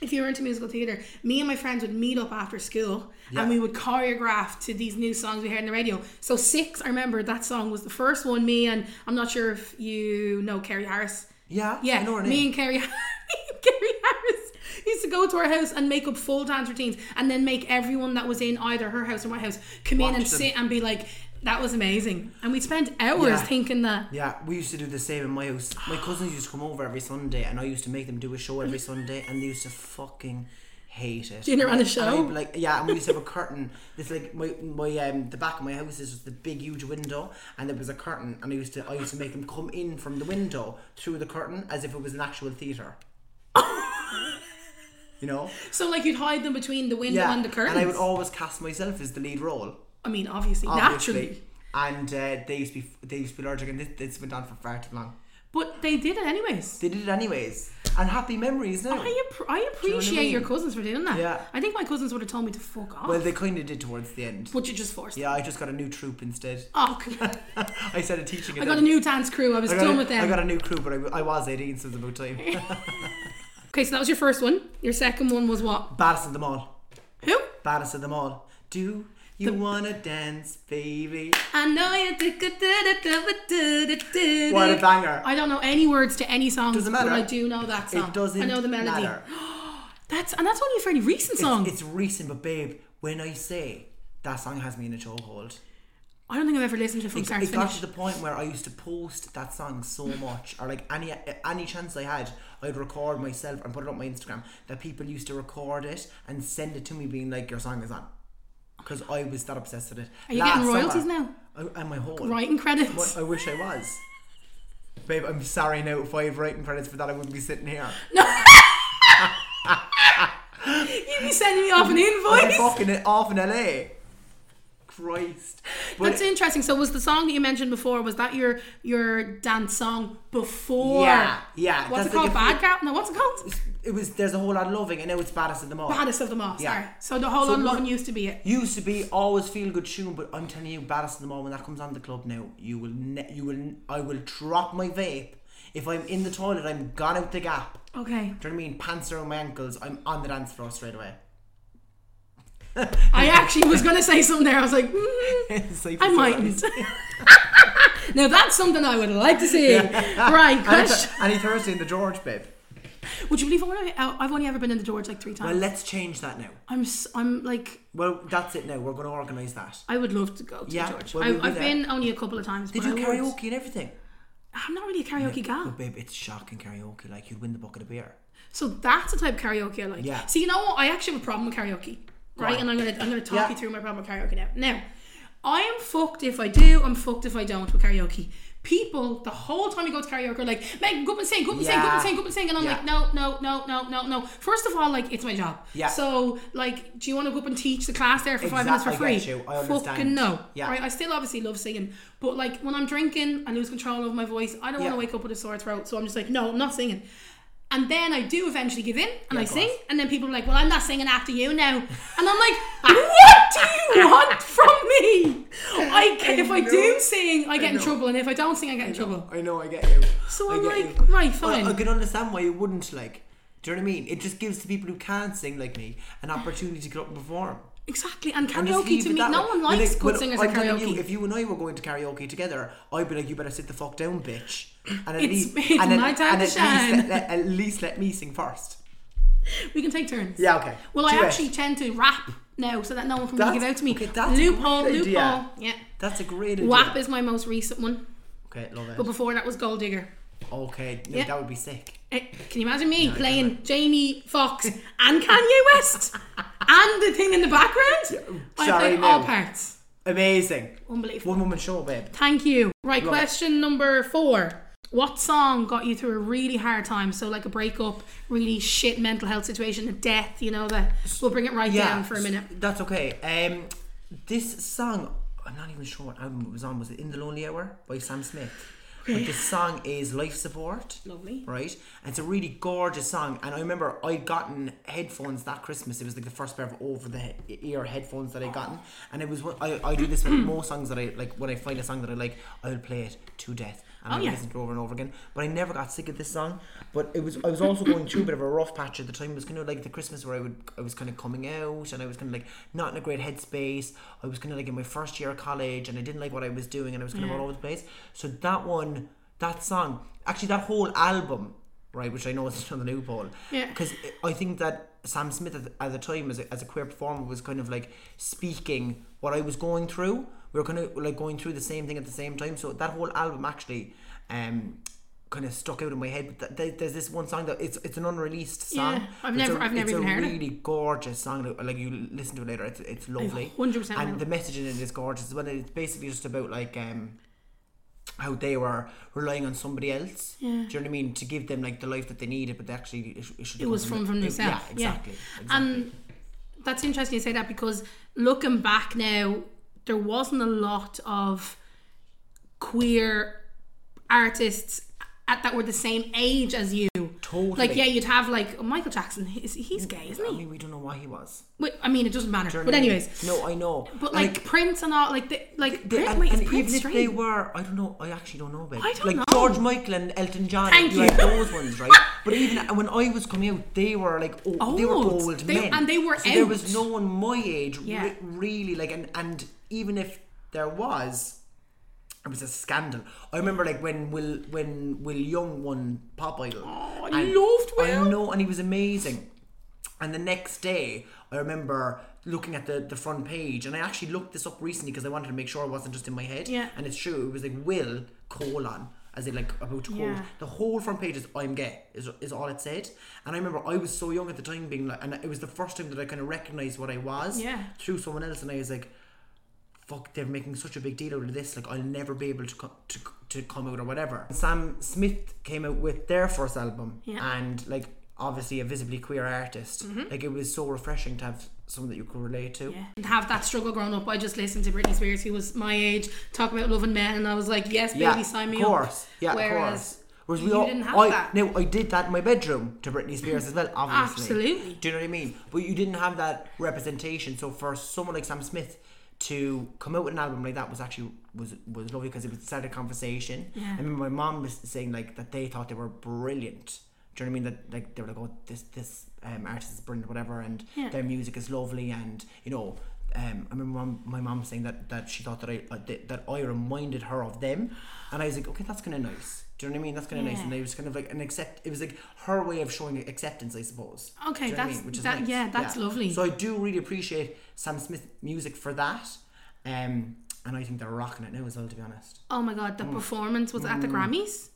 [SPEAKER 1] If you were into musical theatre, me and my friends would meet up after school and we would choreograph to these new songs we heard on the radio. So six, I remember that song was the first one. Me and I'm not sure if you know Kerry Harris.
[SPEAKER 2] Yeah.
[SPEAKER 1] Yeah,
[SPEAKER 2] I know her name.
[SPEAKER 1] me and Kerry, me and Kerry Harris used to go to our house and make up full dance routines, and then make everyone that was in either her house or my house come in
[SPEAKER 2] Watch
[SPEAKER 1] and
[SPEAKER 2] them.
[SPEAKER 1] sit and be like, "That was amazing," and we'd spend hours
[SPEAKER 2] Yeah.
[SPEAKER 1] thinking that.
[SPEAKER 2] Yeah, we used to do the same in my house. My cousins used to come over every Sunday, and I used to make them do a show every Sunday, and they used to fucking hate it.
[SPEAKER 1] Dinner and a
[SPEAKER 2] And
[SPEAKER 1] show?
[SPEAKER 2] I'd be like yeah, and we used to have a curtain. It's like my my um the back of my house is just the big huge window, and there was a curtain, and I used to I used to make them come in from the window through the curtain as if it was an actual theater. you know,
[SPEAKER 1] So like you'd hide them between the window
[SPEAKER 2] yeah,
[SPEAKER 1] and the curtains.
[SPEAKER 2] and
[SPEAKER 1] I,
[SPEAKER 2] I would always cast myself as the lead role.
[SPEAKER 1] mean, obviously,
[SPEAKER 2] Obviously.
[SPEAKER 1] naturally.
[SPEAKER 2] and uh, they used to be they used to be allergic, and this this went on for far too long.
[SPEAKER 1] But they did it anyways.
[SPEAKER 2] They did it anyways, and happy memories
[SPEAKER 1] I,
[SPEAKER 2] now.
[SPEAKER 1] app- I
[SPEAKER 2] know what I
[SPEAKER 1] appreciate your
[SPEAKER 2] mean?
[SPEAKER 1] cousins for doing that.
[SPEAKER 2] Yeah.
[SPEAKER 1] I think my cousins would have told me to fuck off.
[SPEAKER 2] well, they kind of did towards the end.
[SPEAKER 1] but you just forced them.
[SPEAKER 2] Yeah, I just got a new troop instead.
[SPEAKER 1] Oh, come on.
[SPEAKER 2] I started teaching.
[SPEAKER 1] I got a new dance crew. I was
[SPEAKER 2] I got,
[SPEAKER 1] done
[SPEAKER 2] a,
[SPEAKER 1] with them.
[SPEAKER 2] I got a new crew, but I, w- I was 18, so it was about time.
[SPEAKER 1] okay, so that was your first one. Your second one was what?
[SPEAKER 2] Baddest of them all.
[SPEAKER 1] Who?
[SPEAKER 2] Baddest of them all. Do you wanna dance, baby?
[SPEAKER 1] I know you. do- do- do- do- do- do- do-
[SPEAKER 2] What a
[SPEAKER 1] do.
[SPEAKER 2] banger.
[SPEAKER 1] I don't know any words to any song.
[SPEAKER 2] Doesn't matter.
[SPEAKER 1] But I do know that song.
[SPEAKER 2] it doesn't
[SPEAKER 1] I know the melody.
[SPEAKER 2] matter.
[SPEAKER 1] That's and that's only a fairly recent song.
[SPEAKER 2] It's recent, but babe, when I say that song has me in a chokehold.
[SPEAKER 1] I don't think I've ever listened to it from
[SPEAKER 2] It,
[SPEAKER 1] start to
[SPEAKER 2] it got to
[SPEAKER 1] finish.
[SPEAKER 2] the point where I used to post that song so much, or like any any chance I had, I'd record myself and put it up on my Instagram. That people used to record it and send it to me, being like, "Your song is on," because I was that obsessed with it. Are
[SPEAKER 1] you getting royalties now?
[SPEAKER 2] I, and my whole
[SPEAKER 1] Writing credits.
[SPEAKER 2] I, I wish I was. Babe, I'm sorry now if I have writing credits for that, I wouldn't be sitting here.
[SPEAKER 1] You'd be sending me off an
[SPEAKER 2] I'm
[SPEAKER 1] invoice.
[SPEAKER 2] fucking it off in LA. Christ. But
[SPEAKER 1] That's interesting. So was the song that you mentioned before? Was that your your dance song before?
[SPEAKER 2] Yeah, yeah.
[SPEAKER 1] What's it
[SPEAKER 2] That's
[SPEAKER 1] called? Bad
[SPEAKER 2] like
[SPEAKER 1] Gal? No, what's it called?
[SPEAKER 2] It was there's a whole lot of loving, and now it's baddest of them all.
[SPEAKER 1] Baddest of them all.
[SPEAKER 2] Yeah.
[SPEAKER 1] Sorry. So the whole
[SPEAKER 2] So
[SPEAKER 1] lot of
[SPEAKER 2] we're-
[SPEAKER 1] loving used to be it.
[SPEAKER 2] Used to be always feel good tune, but I'm telling you, baddest of them all. When that comes on the club now, you will, ne- you will, I will drop my vape. If I'm in the toilet, I'm gone out the gap.
[SPEAKER 1] Okay.
[SPEAKER 2] Do you know what I mean? Pants around my ankles. I'm on the dance floor straight away.
[SPEAKER 1] I actually was gonna say something there. I was like, mm,
[SPEAKER 2] It's like-
[SPEAKER 1] I mightn't. now that's something I would like to see. Right,
[SPEAKER 2] Any,
[SPEAKER 1] question.
[SPEAKER 2] any Thursday in the George, babe.
[SPEAKER 1] Would you believe I've only- I've only ever been in the George like three
[SPEAKER 2] Well,
[SPEAKER 1] times?
[SPEAKER 2] let's change that now.
[SPEAKER 1] I'm s- I'm like
[SPEAKER 2] Well, that's it now. We're going to organise that.
[SPEAKER 1] I would love to go to
[SPEAKER 2] Yeah,
[SPEAKER 1] the George.
[SPEAKER 2] well,
[SPEAKER 1] I,
[SPEAKER 2] we'll do
[SPEAKER 1] I've
[SPEAKER 2] that.
[SPEAKER 1] been only a couple of times.
[SPEAKER 2] They
[SPEAKER 1] but
[SPEAKER 2] do
[SPEAKER 1] I would. Ah.
[SPEAKER 2] karaoke and everything.
[SPEAKER 1] I'm not really a karaoke gal.
[SPEAKER 2] But babe, it's shocking karaoke. Like you'd win the bucket of beer.
[SPEAKER 1] So that's the type of karaoke I like.
[SPEAKER 2] Yeah.
[SPEAKER 1] See, you know what? I actually have a problem with karaoke, right?
[SPEAKER 2] on.
[SPEAKER 1] And I'm gonna I'm gonna talk
[SPEAKER 2] Yeah.
[SPEAKER 1] you through my problem with karaoke now. Now, I am fucked if I do. I'm fucked if I don't with karaoke. People, the whole time you go to karaoke, are like, Meg, go up and sing, go up and sing, go up
[SPEAKER 2] Yeah.
[SPEAKER 1] and sing, go up and sing. And I'm
[SPEAKER 2] Yeah.
[SPEAKER 1] like, no, no, no, no, no, no. First of all, like, it's my job.
[SPEAKER 2] Yeah.
[SPEAKER 1] So, like, do you want to go up and teach the class there for five minutes
[SPEAKER 2] Exact-
[SPEAKER 1] for
[SPEAKER 2] I
[SPEAKER 1] free?
[SPEAKER 2] get you. I understand.
[SPEAKER 1] Fucking no.
[SPEAKER 2] Yeah.
[SPEAKER 1] Right? I still obviously love singing, but like, when I'm drinking, I lose control over my voice. I don't want
[SPEAKER 2] Yeah.
[SPEAKER 1] to wake up with a sore throat. So I'm just like, no, I'm not singing. And then I do eventually give in and I
[SPEAKER 2] of
[SPEAKER 1] sing.
[SPEAKER 2] course.
[SPEAKER 1] And then people are like, well, I'm not singing after you now. And I'm like, what do you want from me? I ca- if I do
[SPEAKER 2] know.
[SPEAKER 1] sing, I get in
[SPEAKER 2] know.
[SPEAKER 1] trouble. And if I don't sing, I get in trouble.
[SPEAKER 2] I know, I get you.
[SPEAKER 1] So
[SPEAKER 2] I
[SPEAKER 1] I'm
[SPEAKER 2] get
[SPEAKER 1] like, right,
[SPEAKER 2] Well,
[SPEAKER 1] fine.
[SPEAKER 2] I can understand why you wouldn't like. Do you know what I mean? It just gives the people who can't sing like me an opportunity to get up and perform.
[SPEAKER 1] Exactly. And
[SPEAKER 2] And just leave
[SPEAKER 1] karaoke to
[SPEAKER 2] it
[SPEAKER 1] me,
[SPEAKER 2] that
[SPEAKER 1] no
[SPEAKER 2] way.
[SPEAKER 1] one
[SPEAKER 2] Well,
[SPEAKER 1] likes
[SPEAKER 2] like-
[SPEAKER 1] good
[SPEAKER 2] well,
[SPEAKER 1] singers
[SPEAKER 2] I'm
[SPEAKER 1] at
[SPEAKER 2] telling
[SPEAKER 1] karaoke.
[SPEAKER 2] You, if you and I were going to karaoke together, I'd be like, "You better sit the fuck down, bitch." And at
[SPEAKER 1] It's-
[SPEAKER 2] least,
[SPEAKER 1] it's
[SPEAKER 2] and at-
[SPEAKER 1] my time to
[SPEAKER 2] and at least
[SPEAKER 1] shine.
[SPEAKER 2] let- let- at least let me sing first.
[SPEAKER 1] we can take turns.
[SPEAKER 2] Yeah, okay.
[SPEAKER 1] Well, I
[SPEAKER 2] Duet.
[SPEAKER 1] actually tend to rap now so that no one can really
[SPEAKER 2] That's-
[SPEAKER 1] give out to me.
[SPEAKER 2] okay, that's a
[SPEAKER 1] loophole,
[SPEAKER 2] great
[SPEAKER 1] loophole.
[SPEAKER 2] idea.
[SPEAKER 1] Yeah.
[SPEAKER 2] That's a great idea.
[SPEAKER 1] WAP is my most recent one.
[SPEAKER 2] Okay, love it.
[SPEAKER 1] But before that was Gold Digger.
[SPEAKER 2] Okay, no,
[SPEAKER 1] Yeah.
[SPEAKER 2] that would be sick.
[SPEAKER 1] Eh, Can you imagine me playing Jamie Foxx and Kanye West and the thing in the background? I
[SPEAKER 2] sorry,
[SPEAKER 1] played
[SPEAKER 2] no.
[SPEAKER 1] all parts.
[SPEAKER 2] Amazing.
[SPEAKER 1] Unbelievable.
[SPEAKER 2] One woman show, babe.
[SPEAKER 1] Thank you. Right,
[SPEAKER 2] Love it.
[SPEAKER 1] question number four. What song got you through a really hard time? So, like a breakup, really shit mental health situation, a death, you know, that we'll bring it right down for a minute.
[SPEAKER 2] s- That's okay. Um, this song, I'm not even sure what album it was on. Was it In the Lonely Hour by Sam Smith? But the song is Life Support.
[SPEAKER 1] Lovely.
[SPEAKER 2] Right? And it's a really gorgeous song. And I remember I'd gotten headphones that Christmas. It was like the first pair of over the he- ear headphones that I'd gotten. And it was one, I, I do this with most songs that I like. When I find a song that I like, I'll play it to death. And
[SPEAKER 1] Oh,
[SPEAKER 2] I'll
[SPEAKER 1] yeah.
[SPEAKER 2] listen to it over and over again. But I never got sick of this song. But it was I was also going through a bit of a rough patch at the time. It was kind of like the Christmas where I would I was kind of coming out and I was kind of like not in a great headspace. I was kind of like in my first year of college and I didn't like what I was doing and I was kind of all over the place. So that one, that song, actually that whole album, right, which I know is another loophole.
[SPEAKER 1] Yeah.
[SPEAKER 2] Because I think that Sam Smith at the, at the time as a, as a queer performer was kind of like speaking what I was going through. We were kind of like going through the same thing at the same time. So that whole album actually um, kind of stuck out in my head. But th- th- there's this one song that it's it's an unreleased song.
[SPEAKER 1] Yeah, I've
[SPEAKER 2] It's
[SPEAKER 1] never-
[SPEAKER 2] a,
[SPEAKER 1] I've never
[SPEAKER 2] it's
[SPEAKER 1] even
[SPEAKER 2] a
[SPEAKER 1] heard it.
[SPEAKER 2] really gorgeous song. Like you listen to it later, it's it's lovely.
[SPEAKER 1] 100% will.
[SPEAKER 2] And the message in it is gorgeous. Well, it's basically just about like. um how they were relying on somebody else. Do you know what I mean? To give them like the life that they needed, but actually it, sh- it should.
[SPEAKER 1] It was from from
[SPEAKER 2] Yeah,
[SPEAKER 1] themselves.
[SPEAKER 2] exactly. exactly.
[SPEAKER 1] And that's interesting you say that because looking back now, there wasn't a lot of queer artists at, that were the same age as you.
[SPEAKER 2] Totally.
[SPEAKER 1] Like, yeah, you'd have like oh, Michael Jackson. He's, he's gay, isn't
[SPEAKER 2] I
[SPEAKER 1] he?
[SPEAKER 2] mean, we don't know why he was.
[SPEAKER 1] Wait, I mean, it doesn't matter.
[SPEAKER 2] Do you know
[SPEAKER 1] But
[SPEAKER 2] what I mean?
[SPEAKER 1] anyways,
[SPEAKER 2] no, I know.
[SPEAKER 1] but
[SPEAKER 2] And,
[SPEAKER 1] like, Prince and all, like, they, like
[SPEAKER 2] they-
[SPEAKER 1] Prince,
[SPEAKER 2] and,
[SPEAKER 1] wait, is
[SPEAKER 2] and
[SPEAKER 1] Prince
[SPEAKER 2] even if
[SPEAKER 1] straight?
[SPEAKER 2] they were, I don't know. I actually don't know about.
[SPEAKER 1] I don't
[SPEAKER 2] like
[SPEAKER 1] know.
[SPEAKER 2] George Michael and Elton John,
[SPEAKER 1] Thank
[SPEAKER 2] like
[SPEAKER 1] you.
[SPEAKER 2] those ones, right? But even uh, when I was coming out, they were like old, they were
[SPEAKER 1] Old.
[SPEAKER 2] old
[SPEAKER 1] They-
[SPEAKER 2] men,
[SPEAKER 1] and they were
[SPEAKER 2] so there
[SPEAKER 1] out.
[SPEAKER 2] was no one my age re-
[SPEAKER 1] Yeah.
[SPEAKER 2] really like, and and even if there was. It was a scandal. I remember, like when Will when Will Young won Pop Idol.
[SPEAKER 1] Oh,
[SPEAKER 2] And
[SPEAKER 1] I loved Will.
[SPEAKER 2] I know, and he was amazing. And the next day, I remember looking at the, the front page, and I actually looked this up recently because I wanted to make sure it wasn't just in my head.
[SPEAKER 1] Yeah.
[SPEAKER 2] And it's true. It was like Will colon as in like about to quote.
[SPEAKER 1] Yeah.
[SPEAKER 2] The whole front page is I'm gay is, is all it said. And I remember I was so young at the time, being like, and it was the first time that I kind of recognized what I was
[SPEAKER 1] Yeah.
[SPEAKER 2] through someone else, and I was like. Fuck! They're making such a big deal out of this. Like I'll never be able to co- to to come out or whatever. Sam Smith came out with their first album,
[SPEAKER 1] Yeah. Mm-hmm.
[SPEAKER 2] and like obviously a visibly queer artist. Like it was so refreshing to have someone that you could relate to.
[SPEAKER 1] Yeah. And have that struggle growing up. I just listened to Britney Spears, who was my age, talk about loving men, and I was like, yes, baby, sign me
[SPEAKER 2] of course.
[SPEAKER 1] up.
[SPEAKER 2] Yeah,
[SPEAKER 1] Whereas,
[SPEAKER 2] of course. Whereas
[SPEAKER 1] you
[SPEAKER 2] all,
[SPEAKER 1] didn't have
[SPEAKER 2] I,
[SPEAKER 1] that.
[SPEAKER 2] No, I did that in my bedroom to Britney Spears as well, obviously.
[SPEAKER 1] Absolutely.
[SPEAKER 2] Do you know what I mean? But you didn't have that representation. So for someone like Sam Smith to come out with an album like that was actually was was lovely because it would start a conversation.
[SPEAKER 1] Yeah.
[SPEAKER 2] I remember my mom was saying like that they thought they were brilliant. Do you know what I mean? That like they were like, oh, this this um, artist is brilliant, whatever, and
[SPEAKER 1] Yeah.
[SPEAKER 2] their music is lovely, and you know. Um, I remember mom, my mom saying that, that she thought that I uh, that that I reminded her of them, and I was like, okay, that's kind of nice. Do you know what I mean? That's kind of nice,
[SPEAKER 1] Yeah.
[SPEAKER 2] and it was kind of like an accept. It was like her way of showing acceptance, I suppose.
[SPEAKER 1] Okay,
[SPEAKER 2] Do you know what I
[SPEAKER 1] that's-
[SPEAKER 2] mean? Which is
[SPEAKER 1] that-
[SPEAKER 2] nice.
[SPEAKER 1] yeah, that's lovely.
[SPEAKER 2] So I do really appreciate Sam Smith music for that, um, and I think they're rocking it now as well. To be honest,
[SPEAKER 1] Oh my god,
[SPEAKER 2] Mm.
[SPEAKER 1] the performance was at the Grammys.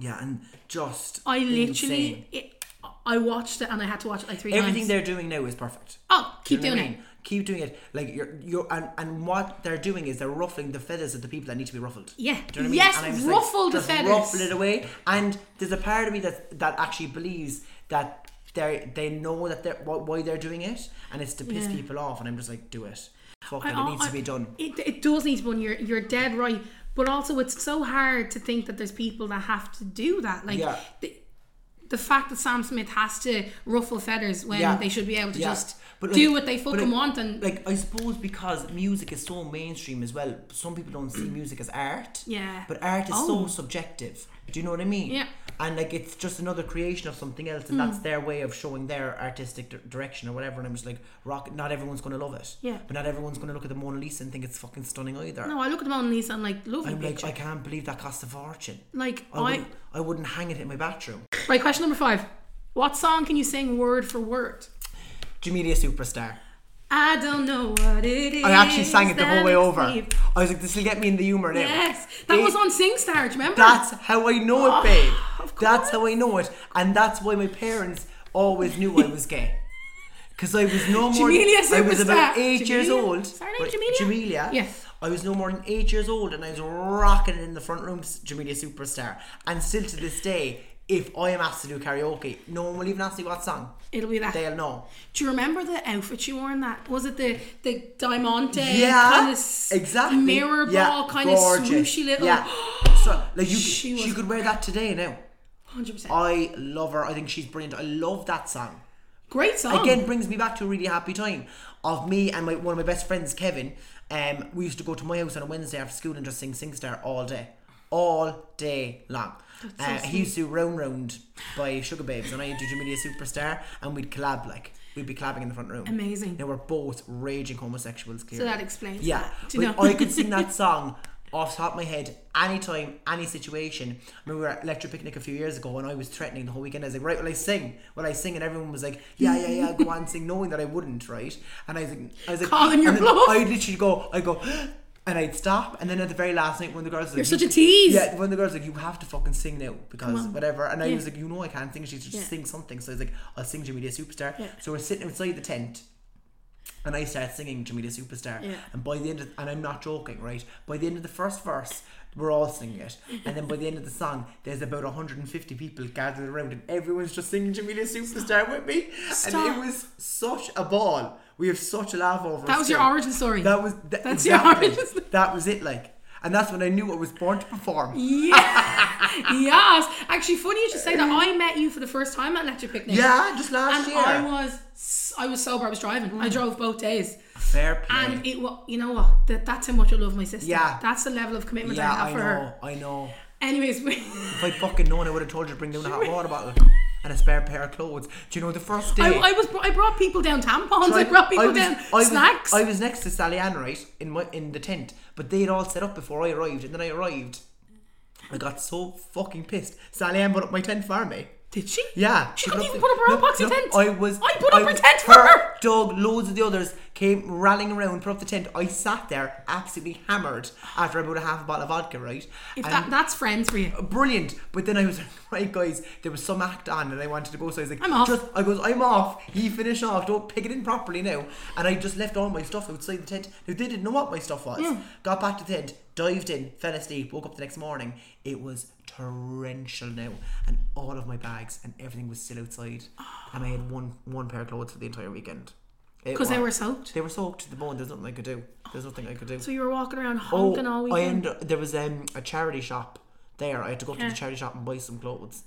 [SPEAKER 2] yeah, and just
[SPEAKER 1] I
[SPEAKER 2] insane.
[SPEAKER 1] literally, it, I watched it and I had to watch it like three
[SPEAKER 2] everything
[SPEAKER 1] times.
[SPEAKER 2] they're doing now is perfect.
[SPEAKER 1] oh,
[SPEAKER 2] Do you
[SPEAKER 1] keep
[SPEAKER 2] know
[SPEAKER 1] doing
[SPEAKER 2] what
[SPEAKER 1] it.
[SPEAKER 2] I mean? Keep doing it. Like you're, you're, and, and what they're doing is they're ruffling the feathers of the people that need to be ruffled.
[SPEAKER 1] Yeah.
[SPEAKER 2] Do you know what
[SPEAKER 1] Yes,
[SPEAKER 2] I mean? And I'm just
[SPEAKER 1] ruffle the
[SPEAKER 2] just
[SPEAKER 1] feathers.
[SPEAKER 2] Ruffle it away. And there's a part of me that that actually believes that they they know that they're wh- why they're doing it, and it's to piss
[SPEAKER 1] Yeah.
[SPEAKER 2] people off. And I'm just like, do it. Fuck,
[SPEAKER 1] I-
[SPEAKER 2] it, it needs
[SPEAKER 1] I-
[SPEAKER 2] to be done.
[SPEAKER 1] It, it does need to be done. You're you're dead right. But also, it's so hard to think that there's people that have to do that. Like
[SPEAKER 2] Yeah.
[SPEAKER 1] the, the fact that Sam Smith has to ruffle feathers when
[SPEAKER 2] Yeah.
[SPEAKER 1] they should be able to
[SPEAKER 2] Yeah.
[SPEAKER 1] just
[SPEAKER 2] But,
[SPEAKER 1] do
[SPEAKER 2] like-
[SPEAKER 1] what they
[SPEAKER 2] but,
[SPEAKER 1] fucking
[SPEAKER 2] like-
[SPEAKER 1] want and
[SPEAKER 2] Like I suppose because music is so mainstream as well, some people don't see music as art.
[SPEAKER 1] Yeah.
[SPEAKER 2] But art is
[SPEAKER 1] Oh.
[SPEAKER 2] so subjective. Do you know what I mean?
[SPEAKER 1] Yeah. Hmm.
[SPEAKER 2] And like it's just another creation of something else, and that's their way of showing their artistic di- direction or whatever. And I'm just like, rock. Not everyone's gonna love it.
[SPEAKER 1] Yeah.
[SPEAKER 2] But not everyone's gonna look at the Mona Lisa and think it's fucking stunning either.
[SPEAKER 1] no, I look at the Mona Lisa and like love
[SPEAKER 2] I'm
[SPEAKER 1] the
[SPEAKER 2] like,
[SPEAKER 1] picture.
[SPEAKER 2] I can't believe that cost a fortune.
[SPEAKER 1] like
[SPEAKER 2] I,
[SPEAKER 1] I
[SPEAKER 2] wouldn't, I wouldn't hang it in my bathroom.
[SPEAKER 1] right. Question number five: What song can you sing word for word?
[SPEAKER 2] Jamelia Superstar.
[SPEAKER 1] I don't know what it is.
[SPEAKER 2] I actually sang it the
[SPEAKER 1] that
[SPEAKER 2] whole way
[SPEAKER 1] makes
[SPEAKER 2] over.
[SPEAKER 1] me-
[SPEAKER 2] I was like, this will get me in the humour now.
[SPEAKER 1] Yes, that
[SPEAKER 2] It-
[SPEAKER 1] was on SingStar. Do you remember?
[SPEAKER 2] That's how I know
[SPEAKER 1] Oh,
[SPEAKER 2] it, babe.
[SPEAKER 1] of
[SPEAKER 2] That's how I know it, and that's why my parents always knew I was gay. Because I was no more.
[SPEAKER 1] Jamelia
[SPEAKER 2] I was about
[SPEAKER 1] Superstar.
[SPEAKER 2] eight years
[SPEAKER 1] Jamelia?
[SPEAKER 2] old.
[SPEAKER 1] Sorry,
[SPEAKER 2] but-
[SPEAKER 1] Jamelia?
[SPEAKER 2] Jamelia.
[SPEAKER 1] Yeah.
[SPEAKER 2] I was no more than eight years old, and I was rocking it in the front room, s- Jamelia Superstar. And still to this day, if I am asked to do karaoke, no one will even ask me what song.
[SPEAKER 1] It'll be that.
[SPEAKER 2] They'll know.
[SPEAKER 1] Do you remember the outfit she wore in that? Was it the the diamante
[SPEAKER 2] Yeah,
[SPEAKER 1] kind of
[SPEAKER 2] exactly.
[SPEAKER 1] mirror
[SPEAKER 2] Yeah,
[SPEAKER 1] ball kind of
[SPEAKER 2] gorgeous.
[SPEAKER 1] swooshy little?
[SPEAKER 2] Yeah. So like you,
[SPEAKER 1] She
[SPEAKER 2] she,
[SPEAKER 1] was-
[SPEAKER 2] could wear that today now.
[SPEAKER 1] hundred percent.
[SPEAKER 2] I love her. I think she's brilliant. I love that song.
[SPEAKER 1] Great song.
[SPEAKER 2] Again, brings me back to a really happy time of me and my, one of my best friends, Kevin. Um, we used to go to my house on a Wednesday after school and just sing SingStar all day, all day long. uh, he used to do Round Round by Sugar Babes, and I used to do Jamelia Superstar, and we'd collab like we'd be collabing in the front room.
[SPEAKER 1] Amazing.
[SPEAKER 2] Now we're both raging homosexuals. Clearly,
[SPEAKER 1] so that explains.
[SPEAKER 2] yeah,
[SPEAKER 1] that. Do you
[SPEAKER 2] but
[SPEAKER 1] know?
[SPEAKER 2] I could sing that song off the top of my head anytime, any situation. I mean, we were at Lecture Picnic a few years ago and I was threatening the whole weekend. I was like, right, will I sing? Will I sing? And everyone was like, yeah, yeah, yeah, go on, sing, knowing that I wouldn't, right? And I was like, I was like,
[SPEAKER 1] Calling your
[SPEAKER 2] and then
[SPEAKER 1] bluff.
[SPEAKER 2] I'd literally go, I go, and I'd stop. And then at the very last night, one of the girls was
[SPEAKER 1] You're such
[SPEAKER 2] like,
[SPEAKER 1] a
[SPEAKER 2] "You-
[SPEAKER 1] tease.
[SPEAKER 2] Yeah, one of the girls was like, you have to fucking sing now because whatever. And I
[SPEAKER 1] Yeah.
[SPEAKER 2] was like, you know, I can't sing. She said, just
[SPEAKER 1] Yeah.
[SPEAKER 2] sing something. So I was like, I'll sing Jimmy Day Superstar.
[SPEAKER 1] Yeah.
[SPEAKER 2] So we're sitting outside the tent and I start singing Jamelia Superstar.
[SPEAKER 1] Yeah.
[SPEAKER 2] And by the end of, and I'm not joking, right? By the end of the first verse, we're all singing it. And then by the end of the song, there's about 150 people gathered around and everyone's just singing Jamelia Superstar with me.
[SPEAKER 1] Stop.
[SPEAKER 2] And it was such a ball. We have such a laugh over it
[SPEAKER 1] That was your
[SPEAKER 2] still.
[SPEAKER 1] origin story.
[SPEAKER 2] That was that,
[SPEAKER 1] That's
[SPEAKER 2] That's
[SPEAKER 1] your
[SPEAKER 2] exactly.
[SPEAKER 1] origin story.
[SPEAKER 2] That was it like. and that's when I knew I was born to perform.
[SPEAKER 1] Yeah. yes. Actually, funny you should say that. I met you for the first time at Electric Picnic.
[SPEAKER 2] Yeah, just last
[SPEAKER 1] And
[SPEAKER 2] year. Mm.
[SPEAKER 1] I was s- I was sober. I was driving. I drove both days,
[SPEAKER 2] Fair play.
[SPEAKER 1] and it was you know what that, that's how much I love my sister.
[SPEAKER 2] Yeah.
[SPEAKER 1] That's the level of commitment
[SPEAKER 2] yeah,
[SPEAKER 1] I have
[SPEAKER 2] I
[SPEAKER 1] for
[SPEAKER 2] know,
[SPEAKER 1] her.
[SPEAKER 2] I know.
[SPEAKER 1] Anyways, we,
[SPEAKER 2] If I'd fucking known, I would have told you to bring down a hot water bottle and a spare pair of clothes. Do you know the first day?
[SPEAKER 1] I, I was I brought people down tampons. I,
[SPEAKER 2] I-
[SPEAKER 1] brought people
[SPEAKER 2] I was-
[SPEAKER 1] down
[SPEAKER 2] I was-
[SPEAKER 1] snacks.
[SPEAKER 2] I was next to Sally Ann, right, in my in the tent, but they'd all set up before I arrived, and then I arrived. I got so fucking pissed. Sally Ann put up my tent for me.
[SPEAKER 1] Did she?
[SPEAKER 2] Yeah.
[SPEAKER 1] She couldn't
[SPEAKER 2] the-
[SPEAKER 1] even put up her own boxy tent.
[SPEAKER 2] I was.
[SPEAKER 1] I put up her
[SPEAKER 2] was-
[SPEAKER 1] tent for her.
[SPEAKER 2] Doug, loads of the others came rallying around, put up the tent. I sat there absolutely hammered after about a half a bottle of vodka, right?
[SPEAKER 1] If
[SPEAKER 2] And- Oh,
[SPEAKER 1] that, that's friends for you.
[SPEAKER 2] brilliant. But then I was like, right, guys, there was some act on, and I wanted to go, so I was like,
[SPEAKER 1] I'm off.
[SPEAKER 2] Just, I goes, I'm off. He finished off. Don't pick it in properly now. And I just left all my stuff outside the tent. Now they didn't know what my stuff was. Got back to the tent, dived in, fell asleep, woke up the next morning. It was torrential now, and all of my bags and everything was still outside, and I had one one pair of clothes for the entire weekend. It
[SPEAKER 1] Because they
[SPEAKER 2] was-
[SPEAKER 1] were soaked.
[SPEAKER 2] they were soaked to the bone. There's nothing I could do. There's nothing I could do.
[SPEAKER 1] So you were walking around
[SPEAKER 2] Oh,
[SPEAKER 1] honking all
[SPEAKER 2] I
[SPEAKER 1] weekend.
[SPEAKER 2] end, there was um, a charity shop there. I had to go to
[SPEAKER 1] Yeah.
[SPEAKER 2] the charity shop and buy some clothes.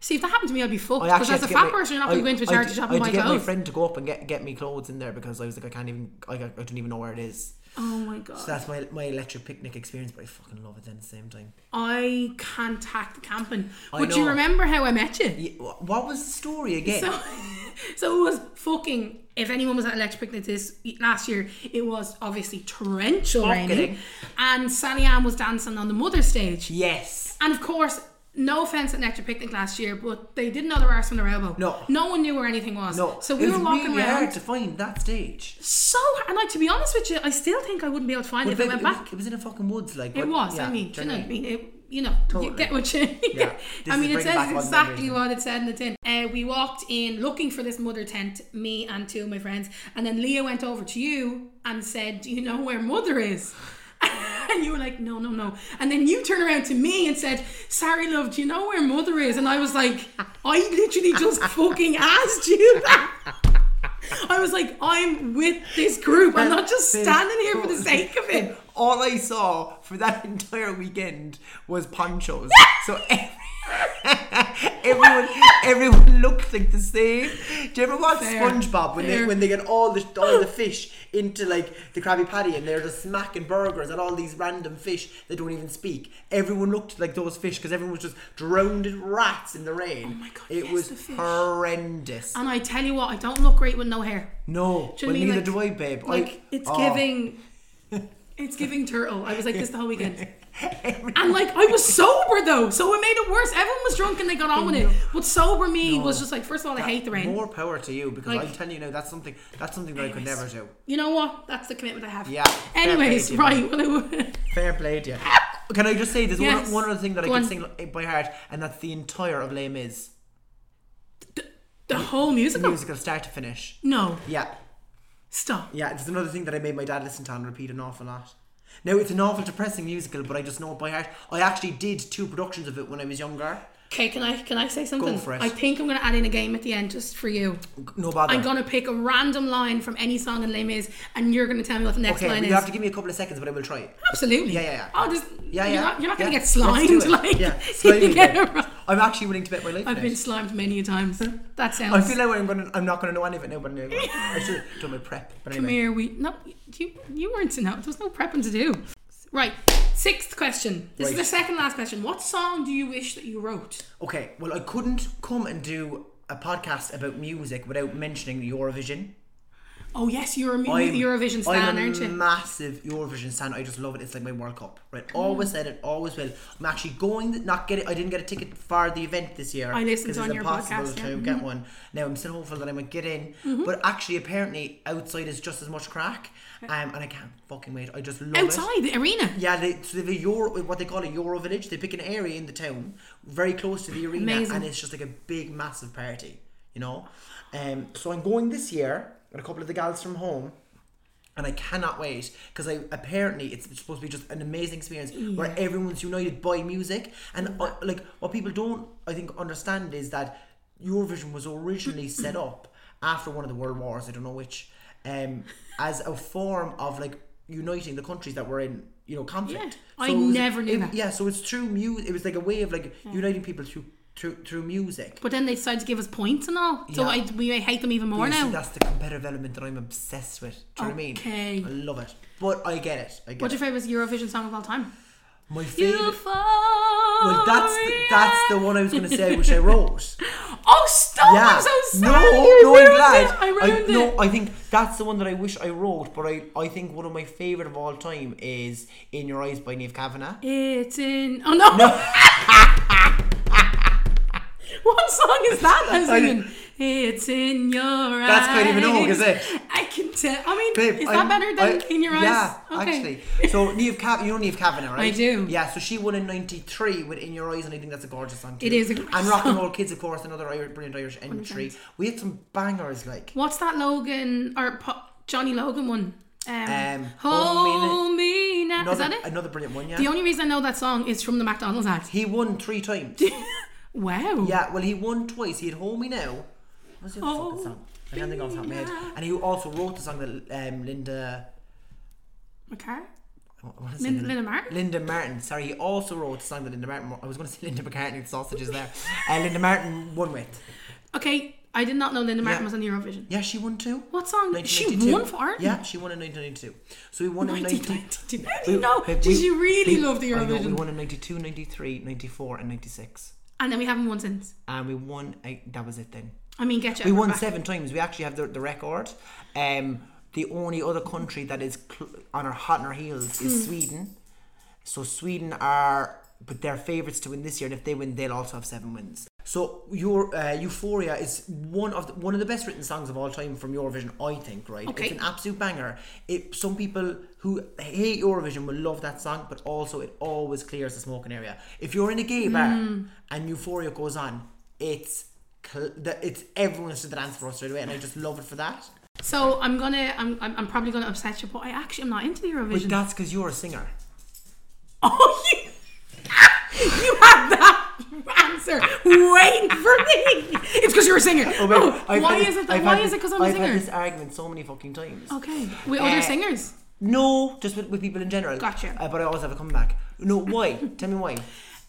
[SPEAKER 1] See, if that happened to me, I'd be fucked.
[SPEAKER 2] I
[SPEAKER 1] Because
[SPEAKER 2] actually
[SPEAKER 1] as a
[SPEAKER 2] had to
[SPEAKER 1] fat
[SPEAKER 2] get my-
[SPEAKER 1] person, you're not
[SPEAKER 2] I-
[SPEAKER 1] going to go into a
[SPEAKER 2] I
[SPEAKER 1] charity
[SPEAKER 2] had-
[SPEAKER 1] shop and
[SPEAKER 2] I had
[SPEAKER 1] buy
[SPEAKER 2] to get my
[SPEAKER 1] clothes.
[SPEAKER 2] friend to go up and get, get me clothes in there because I was like, I can't even, I, I don't even know where it is.
[SPEAKER 1] oh my god.
[SPEAKER 2] So that's my my electric picnic experience, but I fucking love it. Then at the same time,
[SPEAKER 1] I can't hack the camping.
[SPEAKER 2] I
[SPEAKER 1] But you
[SPEAKER 2] know.
[SPEAKER 1] remember how I met you?
[SPEAKER 2] Yeah, wh- what was the story again?
[SPEAKER 1] So, so it was fucking. If anyone was at Electric Picnic this last year, it was obviously torrential raining,
[SPEAKER 2] Fucking.
[SPEAKER 1] and Sally Ann was dancing on the mother stage.
[SPEAKER 2] yes,
[SPEAKER 1] And of course, no offense at Electric Picnic last year, but they didn't know their arse from their elbow.
[SPEAKER 2] No.
[SPEAKER 1] no one knew where anything was.
[SPEAKER 2] no.
[SPEAKER 1] so we
[SPEAKER 2] it was
[SPEAKER 1] were walking
[SPEAKER 2] really
[SPEAKER 1] around.
[SPEAKER 2] hard to find that stage.
[SPEAKER 1] So, hard. and like to be honest with you, I still think I wouldn't be able to find it if I
[SPEAKER 2] But
[SPEAKER 1] went
[SPEAKER 2] it, was,
[SPEAKER 1] back.
[SPEAKER 2] it was in a fucking woods, like
[SPEAKER 1] It
[SPEAKER 2] but-
[SPEAKER 1] was.
[SPEAKER 2] yeah,
[SPEAKER 1] I mean, do you know what I
[SPEAKER 2] generally.
[SPEAKER 1] mean? It, you know, you
[SPEAKER 2] Totally.
[SPEAKER 1] get what you.
[SPEAKER 2] Yeah. This
[SPEAKER 1] I
[SPEAKER 2] is
[SPEAKER 1] mean, it
[SPEAKER 2] bringing back all
[SPEAKER 1] says
[SPEAKER 2] the
[SPEAKER 1] exactly
[SPEAKER 2] memories.
[SPEAKER 1] what it said in the tin. Uh, we walked in looking for this mother tent, me and two of my friends, and then Leah went over to you and said, "Do you know where mother is?" And you were like, no, no, no. And then you turn around to me and said, Sorry, love, do you know where mother is? And I was like, I literally just fucking asked you that. I was like, I'm with this group. I'm not just standing here for the sake of it.
[SPEAKER 2] All I saw for that entire weekend was ponchos. so every, everyone, everyone looked like the same. Do you ever watch
[SPEAKER 1] Fair.
[SPEAKER 2] SpongeBob when
[SPEAKER 1] Fair.
[SPEAKER 2] they when they get all the all the fish into like the Krabby Patty and they're just smacking burgers and all these random fish that don't even speak? Everyone looked like those fish because everyone was just drowned in rats in the rain. Oh
[SPEAKER 1] my God,
[SPEAKER 2] It
[SPEAKER 1] yes,
[SPEAKER 2] was
[SPEAKER 1] the fish.
[SPEAKER 2] horrendous.
[SPEAKER 1] And I tell you what, I don't look great with no hair. Do
[SPEAKER 2] no,
[SPEAKER 1] you
[SPEAKER 2] well,
[SPEAKER 1] know what I mean?
[SPEAKER 2] neither
[SPEAKER 1] Like-
[SPEAKER 2] do I, babe. I-
[SPEAKER 1] Like it's
[SPEAKER 2] oh.
[SPEAKER 1] giving, it's giving turtle. I was like this the whole weekend, and like I was sober though, so it made it worse. Everyone was drunk and they got on with it, but sober me was just like, first of all, I hate the rain.
[SPEAKER 2] More power to you because
[SPEAKER 1] Like-
[SPEAKER 2] I'm telling you now that's something that's something that I could never
[SPEAKER 1] Anyways.
[SPEAKER 2] do.
[SPEAKER 1] You know what? That's the commitment I have.
[SPEAKER 2] Yeah, fair
[SPEAKER 1] Anyways,
[SPEAKER 2] play to you,
[SPEAKER 1] right? Well, it-
[SPEAKER 2] Fair play to you. Can I just say there's
[SPEAKER 1] Yes.
[SPEAKER 2] one, one other thing that
[SPEAKER 1] Go
[SPEAKER 2] I
[SPEAKER 1] on.
[SPEAKER 2] can sing li- by heart, and that's the entire of Les Mis
[SPEAKER 1] the whole musical.
[SPEAKER 2] musical start to finish.
[SPEAKER 1] No,
[SPEAKER 2] Yeah,
[SPEAKER 1] stop.
[SPEAKER 2] yeah. There's another thing that I made my dad listen to and repeat an awful lot. Now it's an awful depressing musical, but I just know it by heart. I actually did two productions of it when I was younger.
[SPEAKER 1] Okay, can I can I say something?
[SPEAKER 2] for it.
[SPEAKER 1] I think I'm gonna add in a game at the end just for you.
[SPEAKER 2] No bother.
[SPEAKER 1] I'm gonna pick a random line from any song in Les Mis, and you're gonna tell me what the next
[SPEAKER 2] okay,
[SPEAKER 1] line
[SPEAKER 2] but
[SPEAKER 1] is.
[SPEAKER 2] you have to give me a couple of seconds, but I will try it.
[SPEAKER 1] Absolutely.
[SPEAKER 2] Yeah, yeah, yeah.
[SPEAKER 1] Oh, just
[SPEAKER 2] Yeah,
[SPEAKER 1] you're
[SPEAKER 2] yeah.
[SPEAKER 1] Not, you're not gonna
[SPEAKER 2] yeah.
[SPEAKER 1] get
[SPEAKER 2] Let's
[SPEAKER 1] slimed
[SPEAKER 2] do it.
[SPEAKER 1] like
[SPEAKER 2] yeah.
[SPEAKER 1] if you
[SPEAKER 2] Slimy
[SPEAKER 1] get
[SPEAKER 2] bit.
[SPEAKER 1] it wrong.
[SPEAKER 2] I'm actually willing to bet my life. on
[SPEAKER 1] I've
[SPEAKER 2] it.
[SPEAKER 1] been slimed many a times. That sounds.
[SPEAKER 2] I feel like I'm gonna, I'm not gonna know any of it now, but anyway, I should have done my prep. But
[SPEAKER 1] Come
[SPEAKER 2] anyway,
[SPEAKER 1] here, we no, you you weren't to know. There was no prepping to do. Right, sixth question. This is
[SPEAKER 2] Right.
[SPEAKER 1] the second last question. What song do you wish that you wrote?
[SPEAKER 2] okay. Well, I couldn't come and do a podcast about music without mentioning Eurovision.
[SPEAKER 1] Oh yes, you're a mu-
[SPEAKER 2] I'm-
[SPEAKER 1] Eurovision stan,
[SPEAKER 2] I'm a
[SPEAKER 1] aren't you?
[SPEAKER 2] Massive Eurovision stan. I just love it. It's like my World Cup. Right, always said it, always will. I'm actually going. Not get it. I didn't get a ticket for the event this year.
[SPEAKER 1] I listened
[SPEAKER 2] 'cause
[SPEAKER 1] on
[SPEAKER 2] it's
[SPEAKER 1] your
[SPEAKER 2] impossible
[SPEAKER 1] podcast,
[SPEAKER 2] to
[SPEAKER 1] yeah. Mm-hmm.
[SPEAKER 2] get one. Now I'm still hopeful that I might get in. But actually, apparently, outside is just as much crack. Um, and I can't fucking wait. I just love it.
[SPEAKER 1] Outside the arena.
[SPEAKER 2] Yeah, they, so they have a Euro, what they call a Euro village. They pick an area in the town very close to the arena,
[SPEAKER 1] Amazing.
[SPEAKER 2] and it's just like a big, massive party, you know. Um, so I'm going this year with a couple of the gals from home, and I cannot wait because I apparently it's supposed to be just an amazing experience where everyone's united by music, and uh, like what people don't, I think, understand is that Eurovision was originally set up after one of the world wars. I don't know which. Um, as a form of like uniting the countries that were in you know, conflict.
[SPEAKER 1] Yeah. I
[SPEAKER 2] it was-
[SPEAKER 1] never knew
[SPEAKER 2] it-
[SPEAKER 1] that.
[SPEAKER 2] Yeah, so it's through music. It was like a way of like uniting people through through, through music.
[SPEAKER 1] But then they decided to give us points and all, so
[SPEAKER 2] Yeah.
[SPEAKER 1] I, we may hate them even more
[SPEAKER 2] You see,
[SPEAKER 1] now.
[SPEAKER 2] that's the competitive element that I'm obsessed with. Do you
[SPEAKER 1] Okay.
[SPEAKER 2] know what I mean? I love it. But I get it. I get
[SPEAKER 1] What's
[SPEAKER 2] it.
[SPEAKER 1] your favourite Eurovision song of all time?
[SPEAKER 2] My favorite.
[SPEAKER 1] Euphoria.
[SPEAKER 2] Well, that's the, that's the one I was going to say, which I wrote.
[SPEAKER 1] Oh, stop!
[SPEAKER 2] Yeah.
[SPEAKER 1] I'm so
[SPEAKER 2] no,
[SPEAKER 1] sorry. You
[SPEAKER 2] no, I'm
[SPEAKER 1] ruined
[SPEAKER 2] glad.
[SPEAKER 1] It. I ruined it.
[SPEAKER 2] No, I think that's the one that I wish I wrote, but I, I think one of my favorite of all time is "In Your Eyes" by Neve Kavanagh.
[SPEAKER 1] It's in. Oh no! what song is that? I'm
[SPEAKER 2] I
[SPEAKER 1] singing. It's in your eyes.
[SPEAKER 2] That's Kylie Minogue, is it?
[SPEAKER 1] I can tell. I mean,
[SPEAKER 2] Babe,
[SPEAKER 1] is
[SPEAKER 2] I'm-
[SPEAKER 1] that better than
[SPEAKER 2] I-
[SPEAKER 1] in your eyes?
[SPEAKER 2] Yeah,
[SPEAKER 1] Okay.
[SPEAKER 2] actually. So Neve Kav, you know Neve Kavanagh, right?
[SPEAKER 1] do.
[SPEAKER 2] Yeah, so she won in '93 with "In Your Eyes," and I think that's a gorgeous song. Too.
[SPEAKER 1] It is a gorgeous
[SPEAKER 2] And "Rock and
[SPEAKER 1] song.
[SPEAKER 2] Roll Kids," of course, another Irish, brilliant Irish entry. We had some bangers like.
[SPEAKER 1] What's that Logan or po- Johnny Logan one? Um,
[SPEAKER 2] Um,
[SPEAKER 1] Hold me now.
[SPEAKER 2] Another,
[SPEAKER 1] Is that it?
[SPEAKER 2] Another brilliant one, yeah.
[SPEAKER 1] the only reason I know that song is from the McDonald's ad.
[SPEAKER 2] he won three times.
[SPEAKER 1] Wow.
[SPEAKER 2] Yeah, well, he won twice. He had "Hold Me Now." What was the other
[SPEAKER 1] Oh,
[SPEAKER 2] fucking song? I can't think off the top of my head. And he also wrote the song that um, Linda.
[SPEAKER 1] Okay.
[SPEAKER 2] what- what is
[SPEAKER 1] Lin-
[SPEAKER 2] it?
[SPEAKER 1] Linda Martin?
[SPEAKER 2] Linda Martin. Sorry, he also wrote the song that Linda Martin. I was going to say Linda McCartney with sausages there. Uh, Linda Martin won with.
[SPEAKER 1] Okay. I did not know Linda Martin
[SPEAKER 2] Yeah.
[SPEAKER 1] was on Eurovision.
[SPEAKER 2] Yeah, she won too.
[SPEAKER 1] What song? She
[SPEAKER 2] 1992.
[SPEAKER 1] won for Ireland.
[SPEAKER 2] Yeah, she won in 1992. So we won in 1992.
[SPEAKER 1] 1992. How do you know?
[SPEAKER 2] We-
[SPEAKER 1] Did you
[SPEAKER 2] we-
[SPEAKER 1] really
[SPEAKER 2] we-
[SPEAKER 1] love the
[SPEAKER 2] I know, we
[SPEAKER 1] Eurovision?
[SPEAKER 2] won in 92, 93, 94, and 96.
[SPEAKER 1] And then we haven't won since.
[SPEAKER 2] And we won, I, that was it then.
[SPEAKER 1] I mean, get you.
[SPEAKER 2] We won seven times. We actually have the, the record. Um, the only other country that is cl- on our hot on our heels is Sweden. So Sweden are, but they're favourites to win this year. And if they win, they'll also have seven wins. So your uh, Euphoria is one of the, one of the best written songs of all time from Eurovision, I think. Right?
[SPEAKER 1] Okay.
[SPEAKER 2] It's an absolute banger. It some people who hate Eurovision will love that song, but also it always clears the smoking area. If you're in a gay bar
[SPEAKER 1] Mm.
[SPEAKER 2] and Euphoria goes on, it's cl- the, it's everyone's to the dance floor straight away, and I just love it for that.
[SPEAKER 1] So I'm gonna, I'm, I'm, I'm probably gonna upset you, but I actually am not into the
[SPEAKER 2] But
[SPEAKER 1] Eurovision.
[SPEAKER 2] that's because you're a singer.
[SPEAKER 1] oh, you, you had that answer waiting for me. It's because you're a singer. Oh,
[SPEAKER 2] I've
[SPEAKER 1] why
[SPEAKER 2] had
[SPEAKER 1] is
[SPEAKER 2] this-
[SPEAKER 1] it? That,
[SPEAKER 2] I've
[SPEAKER 1] why
[SPEAKER 2] had
[SPEAKER 1] is it?
[SPEAKER 2] this-
[SPEAKER 1] Because I'm a
[SPEAKER 2] I've
[SPEAKER 1] singer.
[SPEAKER 2] had this argument so many fucking times.
[SPEAKER 1] Okay, with other
[SPEAKER 2] Uh,
[SPEAKER 1] singers.
[SPEAKER 2] No, just with, with people in general.
[SPEAKER 1] Gotcha.
[SPEAKER 2] Uh, but I always have a comeback. No, why? Tell me why.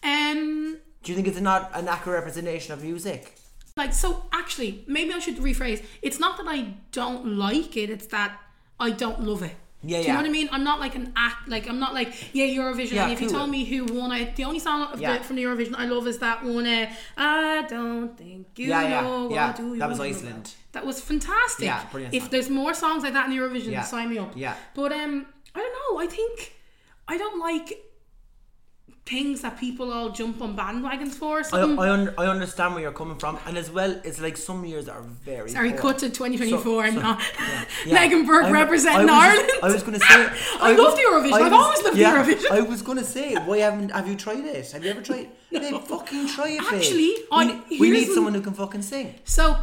[SPEAKER 1] Um,
[SPEAKER 2] Do you think it's not an accurate representation of music?
[SPEAKER 1] like so. Actually, maybe I should rephrase. It's not that I don't like it. It's that I don't love it.
[SPEAKER 2] Yeah,
[SPEAKER 1] Do you
[SPEAKER 2] yeah.
[SPEAKER 1] know what I mean? I'm not like an act. Like I'm not like yeah Eurovision.
[SPEAKER 2] Yeah,
[SPEAKER 1] and if you
[SPEAKER 2] cool.
[SPEAKER 1] told me who won, I the only song of
[SPEAKER 2] Yeah.
[SPEAKER 1] the, from the Eurovision I love is that one. Uh, I don't think you
[SPEAKER 2] Yeah, yeah,
[SPEAKER 1] know. what
[SPEAKER 2] yeah.
[SPEAKER 1] I do
[SPEAKER 2] That was
[SPEAKER 1] know.
[SPEAKER 2] Iceland.
[SPEAKER 1] That was fantastic.
[SPEAKER 2] Yeah, brilliant
[SPEAKER 1] If
[SPEAKER 2] song.
[SPEAKER 1] there's more songs like that in Eurovision,
[SPEAKER 2] Yeah.
[SPEAKER 1] sign me up.
[SPEAKER 2] Yeah.
[SPEAKER 1] But um, I don't know. I think I don't like things that people all jump on bandwagons for.
[SPEAKER 2] I,
[SPEAKER 1] Something.
[SPEAKER 2] I, un- I understand where you're coming from, and as well, it's like some years are very.
[SPEAKER 1] Sorry,
[SPEAKER 2] poor.
[SPEAKER 1] cut to 2024 and
[SPEAKER 2] so-
[SPEAKER 1] not
[SPEAKER 2] Yeah.
[SPEAKER 1] Megan Burke
[SPEAKER 2] I-
[SPEAKER 1] representing
[SPEAKER 2] I was
[SPEAKER 1] Ireland.
[SPEAKER 2] Just, I was going to say.
[SPEAKER 1] I love the Eurovision. I've always loved the Eurovision.
[SPEAKER 2] I was going to say, why haven't have you tried it? Have you ever tried? it? Babe, fucking try it. babe.
[SPEAKER 1] Actually,
[SPEAKER 2] we,
[SPEAKER 1] I-
[SPEAKER 2] ne- we
[SPEAKER 1] here's
[SPEAKER 2] need
[SPEAKER 1] an-
[SPEAKER 2] someone who can fucking sing.
[SPEAKER 1] So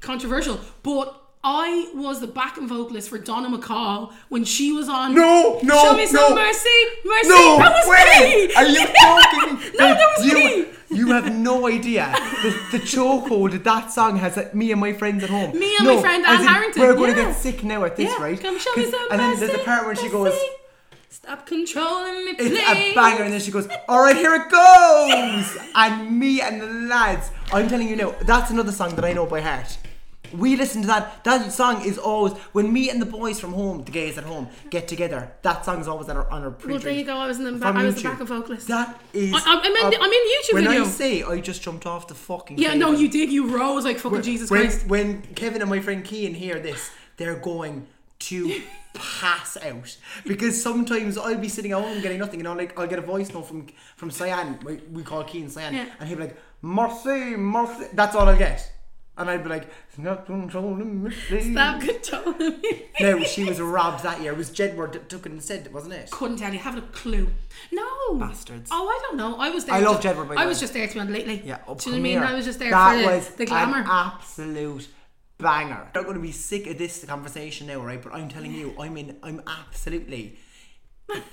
[SPEAKER 1] controversial, but I was the backing vocalist for Donna McCall when she was on.
[SPEAKER 2] No, no,
[SPEAKER 1] Show me some
[SPEAKER 2] no.
[SPEAKER 1] mercy, mercy. that was me.
[SPEAKER 2] Are you joking?
[SPEAKER 1] No,
[SPEAKER 2] Babe,
[SPEAKER 1] that was
[SPEAKER 2] you,
[SPEAKER 1] me.
[SPEAKER 2] You have no idea the, the chokehold that that song has at me and my friends at home.
[SPEAKER 1] Me and my
[SPEAKER 2] No,
[SPEAKER 1] friend
[SPEAKER 2] as
[SPEAKER 1] Anne
[SPEAKER 2] in,
[SPEAKER 1] Harrington,
[SPEAKER 2] We're going to
[SPEAKER 1] yeah.
[SPEAKER 2] get sick now at this,
[SPEAKER 1] Yeah,
[SPEAKER 2] right?
[SPEAKER 1] come show me
[SPEAKER 2] 'Cause-
[SPEAKER 1] some
[SPEAKER 2] And then
[SPEAKER 1] mercy,
[SPEAKER 2] there's the part where she goes,
[SPEAKER 1] mercy. Stop controlling me, please.
[SPEAKER 2] It's a banger, and then she goes, "All right, here it goes." and me and the lads, I'm telling you now, that's another song that I know by heart. We listen to that. That song is always when me and the boys from home, the gays at home, get together. That song's always on our on our
[SPEAKER 1] Well, there you go. I was in the back.
[SPEAKER 2] From
[SPEAKER 1] I was the
[SPEAKER 2] YouTube.
[SPEAKER 1] backing vocalist.
[SPEAKER 2] That is.
[SPEAKER 1] I- I'm- I'm in the- I'm in the YouTube
[SPEAKER 2] when
[SPEAKER 1] video.
[SPEAKER 2] I say I just jumped off the fucking.
[SPEAKER 1] yeah, no,
[SPEAKER 2] table.
[SPEAKER 1] you did. You rose like fucking Jesus
[SPEAKER 2] when,
[SPEAKER 1] Christ.
[SPEAKER 2] When Kevin and my friend Kean hear this, they're going to pass out because sometimes I'll be sitting at home getting nothing, and I'll like I'll get a voice note from from Cyan. We, we call Kean Cyan,
[SPEAKER 1] Yeah.
[SPEAKER 2] and he'll be like, "Mercy, mercy." That's all I'll get. And I'd be like, "Stop controlling me, please."
[SPEAKER 1] Stop controlling me.
[SPEAKER 2] No, she was robbed that year. It was Jedward that took it and said, wasn't it?
[SPEAKER 1] Couldn't tell you. Haven't a clue. No.
[SPEAKER 2] Bastards.
[SPEAKER 1] Oh, I don't know. I was there.
[SPEAKER 2] I love
[SPEAKER 1] ju-
[SPEAKER 2] Jedward, by the
[SPEAKER 1] I
[SPEAKER 2] way.
[SPEAKER 1] was just there to be on lately.
[SPEAKER 2] Yeah, oh,
[SPEAKER 1] Do you know
[SPEAKER 2] come
[SPEAKER 1] what I mean?
[SPEAKER 2] here.
[SPEAKER 1] I was just there
[SPEAKER 2] that
[SPEAKER 1] for the,
[SPEAKER 2] was
[SPEAKER 1] the glamour.
[SPEAKER 2] An absolute banger. They're going to be sick of this conversation now, right? But I'm telling you, I'm in. I'm absolutely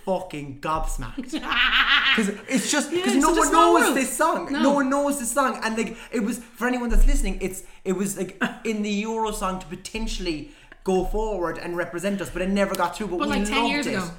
[SPEAKER 2] fucking gobsmacked because it's just because
[SPEAKER 1] it's
[SPEAKER 2] no
[SPEAKER 1] such a
[SPEAKER 2] one
[SPEAKER 1] small
[SPEAKER 2] knows
[SPEAKER 1] world.
[SPEAKER 2] this song. No.
[SPEAKER 1] No.
[SPEAKER 2] one knows this song, and like it was for anyone that's listening, it's it was like in the Euro song to potentially go forward and represent us, but it never got through. But,
[SPEAKER 1] But
[SPEAKER 2] we
[SPEAKER 1] like 10
[SPEAKER 2] loved
[SPEAKER 1] years
[SPEAKER 2] it.
[SPEAKER 1] ago.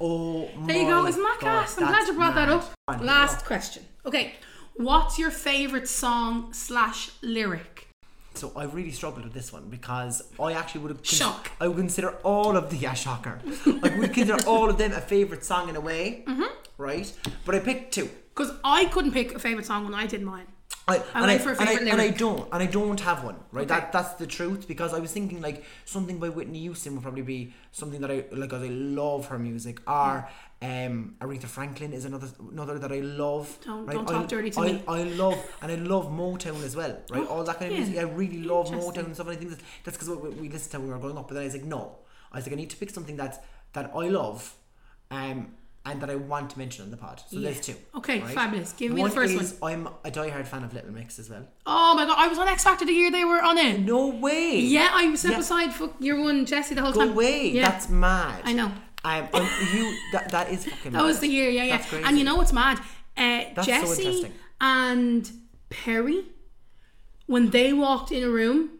[SPEAKER 2] Oh my
[SPEAKER 1] There you go. Isn't that
[SPEAKER 2] God,
[SPEAKER 1] class? I'm glad
[SPEAKER 2] that's
[SPEAKER 1] you brought that
[SPEAKER 2] mad.
[SPEAKER 1] up.
[SPEAKER 2] Come on,
[SPEAKER 1] Last
[SPEAKER 2] go.
[SPEAKER 1] question. Okay. What's your favourite song slash lyric?
[SPEAKER 2] So I really struggled with this one because I actually would have
[SPEAKER 1] Shock.
[SPEAKER 2] I would consider all of the yeah shocker. I would consider all of them a favorite song in a way, mm-hmm. right? But I picked two.
[SPEAKER 1] Because I couldn't pick a favourite song when I did mine.
[SPEAKER 2] I, and,
[SPEAKER 1] went
[SPEAKER 2] I,
[SPEAKER 1] for a
[SPEAKER 2] and, I,
[SPEAKER 1] favourite
[SPEAKER 2] and I
[SPEAKER 1] lyric.
[SPEAKER 2] don't and I don't have one right
[SPEAKER 1] Okay.
[SPEAKER 2] that that's the truth because I was thinking like something by Whitney Houston would probably be something that I like 'cause I love her music or um, Aretha Franklin is another another that I love
[SPEAKER 1] Don't-
[SPEAKER 2] right?
[SPEAKER 1] don't
[SPEAKER 2] I,
[SPEAKER 1] talk dirty to
[SPEAKER 2] I,
[SPEAKER 1] me. Oh,
[SPEAKER 2] I love and I love Motown as well right all that kind of
[SPEAKER 1] yeah.
[SPEAKER 2] music I really love
[SPEAKER 1] Interesting.
[SPEAKER 2] Motown and stuff and I think that's that's because we, we listened to when we were growing up but then I was like no I was like I need to pick something that's that I love um and that I want to mention on the pod so there's two
[SPEAKER 1] Okay,
[SPEAKER 2] right?
[SPEAKER 1] fabulous. Give me the first one.
[SPEAKER 2] is I'm a diehard fan of Little Mix as well.
[SPEAKER 1] Oh my god, I was on X Factor the year they were on it.
[SPEAKER 2] No way.
[SPEAKER 1] Yeah, I was set
[SPEAKER 2] Yeah.
[SPEAKER 1] beside fuck your one Jesse the whole
[SPEAKER 2] Go
[SPEAKER 1] time.
[SPEAKER 2] away.
[SPEAKER 1] Yeah.
[SPEAKER 2] That's mad.
[SPEAKER 1] I know.
[SPEAKER 2] Um, um, you that, that is fucking.
[SPEAKER 1] that was the year, yeah, yeah.
[SPEAKER 2] That's crazy.
[SPEAKER 1] And you know what's mad? Uh,
[SPEAKER 2] so
[SPEAKER 1] Jesse
[SPEAKER 2] interesting.
[SPEAKER 1] and Perry, when they walked in a room,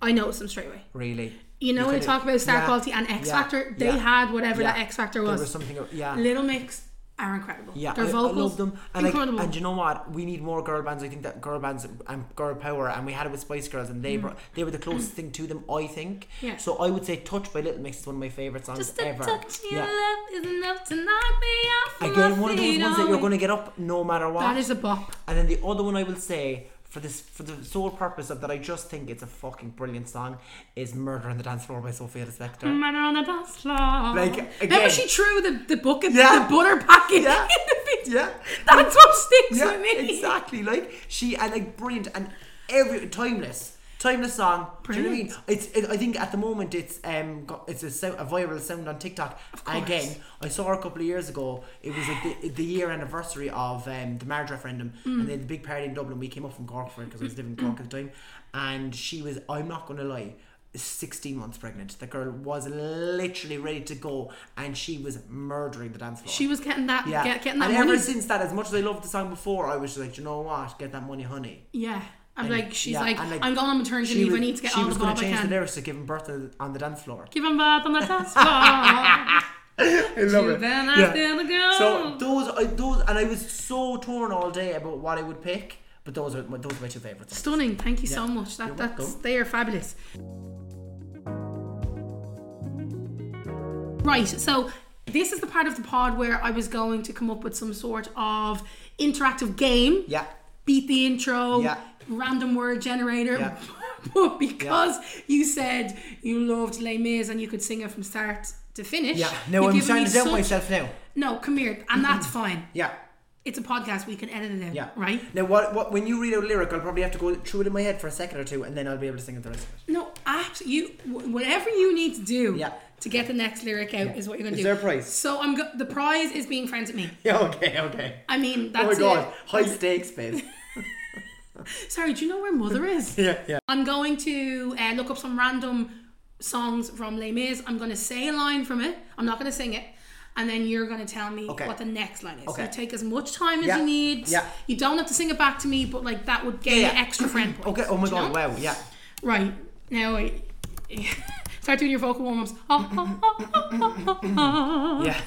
[SPEAKER 1] I noticed them straight away.
[SPEAKER 2] Really.
[SPEAKER 1] You know when they
[SPEAKER 2] could've-
[SPEAKER 1] talk about star
[SPEAKER 2] yeah,
[SPEAKER 1] quality and X
[SPEAKER 2] yeah,
[SPEAKER 1] Factor, they
[SPEAKER 2] yeah,
[SPEAKER 1] had whatever
[SPEAKER 2] yeah.
[SPEAKER 1] that X Factor
[SPEAKER 2] There
[SPEAKER 1] was.
[SPEAKER 2] was something. Yeah.
[SPEAKER 1] Little Mix are incredible.
[SPEAKER 2] yeah,
[SPEAKER 1] their
[SPEAKER 2] I, I
[SPEAKER 1] vocals
[SPEAKER 2] love them, and like,
[SPEAKER 1] incredible.
[SPEAKER 2] and you know what? We need more girl bands. I think that girl bands and girl power, and we had it with Spice Girls, and they brought, they were the closest thing to them, I think.
[SPEAKER 1] Mm. Yeah.
[SPEAKER 2] So I would say "Touch" by Little Mix is one of my favorite songs
[SPEAKER 1] Just a
[SPEAKER 2] ever.
[SPEAKER 1] touch of your
[SPEAKER 2] yeah.
[SPEAKER 1] love is enough to knock me off my
[SPEAKER 2] Again, one of those
[SPEAKER 1] feet
[SPEAKER 2] ones that you're
[SPEAKER 1] always.
[SPEAKER 2] going to get up no matter what.
[SPEAKER 1] That is a bop.
[SPEAKER 2] And then the other one I will say for this for the sole purpose of that I just think it's a fucking brilliant song is Murder on the Dance Floor by Sophia Spector.
[SPEAKER 1] Matter on the dance floor.
[SPEAKER 2] Like,
[SPEAKER 1] remember
[SPEAKER 2] again-
[SPEAKER 1] she threw the the bucket,
[SPEAKER 2] Yeah.
[SPEAKER 1] the butter packet
[SPEAKER 2] Yeah.
[SPEAKER 1] in the video.
[SPEAKER 2] Yeah.
[SPEAKER 1] That's what sticks
[SPEAKER 2] Yeah,
[SPEAKER 1] with me.
[SPEAKER 2] exactly. Like she and like brilliant and every timeless. Timeless song. Do you know
[SPEAKER 1] Brilliant.
[SPEAKER 2] what I mean? It's. It, I think at the moment it's um got, it's a, sound, a viral sound on TikTok.
[SPEAKER 1] course.
[SPEAKER 2] Again, I saw her a couple of years ago. It was like the, the year anniversary of um, the marriage referendum,
[SPEAKER 1] Mm.
[SPEAKER 2] and they had the big party in Dublin. We came up from Cork for it because I was living in Cork at the time, and she was. I'm not gonna lie. 16 months pregnant. The girl was literally ready to go and she was murdering the dance floor.
[SPEAKER 1] She was getting that,
[SPEAKER 2] Yeah.
[SPEAKER 1] get, getting that
[SPEAKER 2] and
[SPEAKER 1] money.
[SPEAKER 2] ever since that, as much as I loved the song before, I was just like, "Do you know what? Get that money, honey.
[SPEAKER 1] yeah, I'm
[SPEAKER 2] And-
[SPEAKER 1] like, she's
[SPEAKER 2] yeah,
[SPEAKER 1] like,
[SPEAKER 2] and, like,
[SPEAKER 1] I'm going on maternity
[SPEAKER 2] She
[SPEAKER 1] leave. I
[SPEAKER 2] was-
[SPEAKER 1] need to get
[SPEAKER 2] she
[SPEAKER 1] all the
[SPEAKER 2] was gonna
[SPEAKER 1] bob I
[SPEAKER 2] change
[SPEAKER 1] can.
[SPEAKER 2] the lyrics to giving birth to- on the dance floor.
[SPEAKER 1] Give him bath on the dance floor.
[SPEAKER 2] I love
[SPEAKER 1] it. Then I Yeah. still go.
[SPEAKER 2] So those, I, those, and I was so torn all day about what I would pick, but those are my- those are my two favorites.
[SPEAKER 1] Stunning. Thank you so
[SPEAKER 2] Yeah.
[SPEAKER 1] much. That
[SPEAKER 2] You're
[SPEAKER 1] that's
[SPEAKER 2] welcome.
[SPEAKER 1] they are fabulous. Right. So this is the part of the pod where I was going to come up with some sort of interactive game.
[SPEAKER 2] Yeah.
[SPEAKER 1] beat the intro,
[SPEAKER 2] Yeah.
[SPEAKER 1] random word generator.
[SPEAKER 2] Yeah.
[SPEAKER 1] but because you said you loved Les Mis and you could sing it from start to finish,
[SPEAKER 2] Yeah. No,
[SPEAKER 1] you're
[SPEAKER 2] I'm
[SPEAKER 1] giving
[SPEAKER 2] trying
[SPEAKER 1] me
[SPEAKER 2] to doubt
[SPEAKER 1] such-
[SPEAKER 2] myself now.
[SPEAKER 1] No, come here, and that's fine.
[SPEAKER 2] Yeah.
[SPEAKER 1] It's a podcast; we can edit it out,
[SPEAKER 2] Yeah.
[SPEAKER 1] right?
[SPEAKER 2] Now, what, what? When you read out a lyric, I'll probably have to go through it in my head for a second or two, and then I'll be able to sing it the rest of it.
[SPEAKER 1] No, abs- you wh- whatever you need to do
[SPEAKER 2] Yeah.
[SPEAKER 1] to get the next lyric out is what you're going to
[SPEAKER 2] Is
[SPEAKER 1] do.
[SPEAKER 2] there a prize?
[SPEAKER 1] So I'm go- the prize is being friends with me.
[SPEAKER 2] Yeah. Okay. Okay.
[SPEAKER 1] I mean,
[SPEAKER 2] Oh
[SPEAKER 1] that's
[SPEAKER 2] my god.
[SPEAKER 1] it.
[SPEAKER 2] High stakes, babe.
[SPEAKER 1] Sorry, do you know where Mother is?
[SPEAKER 2] yeah. Yeah.
[SPEAKER 1] I'm going to uh, look up some random songs from Les Mis. I'm going to say a line from it. I'm not going to sing it. And then you're going to tell me
[SPEAKER 2] Okay.
[SPEAKER 1] what the next line is.
[SPEAKER 2] Okay.
[SPEAKER 1] You take as much time as
[SPEAKER 2] Yeah.
[SPEAKER 1] you need.
[SPEAKER 2] Yeah.
[SPEAKER 1] You don't have to sing it back to me, but like that would gain
[SPEAKER 2] Yeah,
[SPEAKER 1] you
[SPEAKER 2] yeah.
[SPEAKER 1] extra friend points.
[SPEAKER 2] Okay. Oh my
[SPEAKER 1] Do you
[SPEAKER 2] god.
[SPEAKER 1] know?
[SPEAKER 2] Wow. Yeah.
[SPEAKER 1] Right. Now, I start doing your vocal warm ups. I
[SPEAKER 2] Yeah.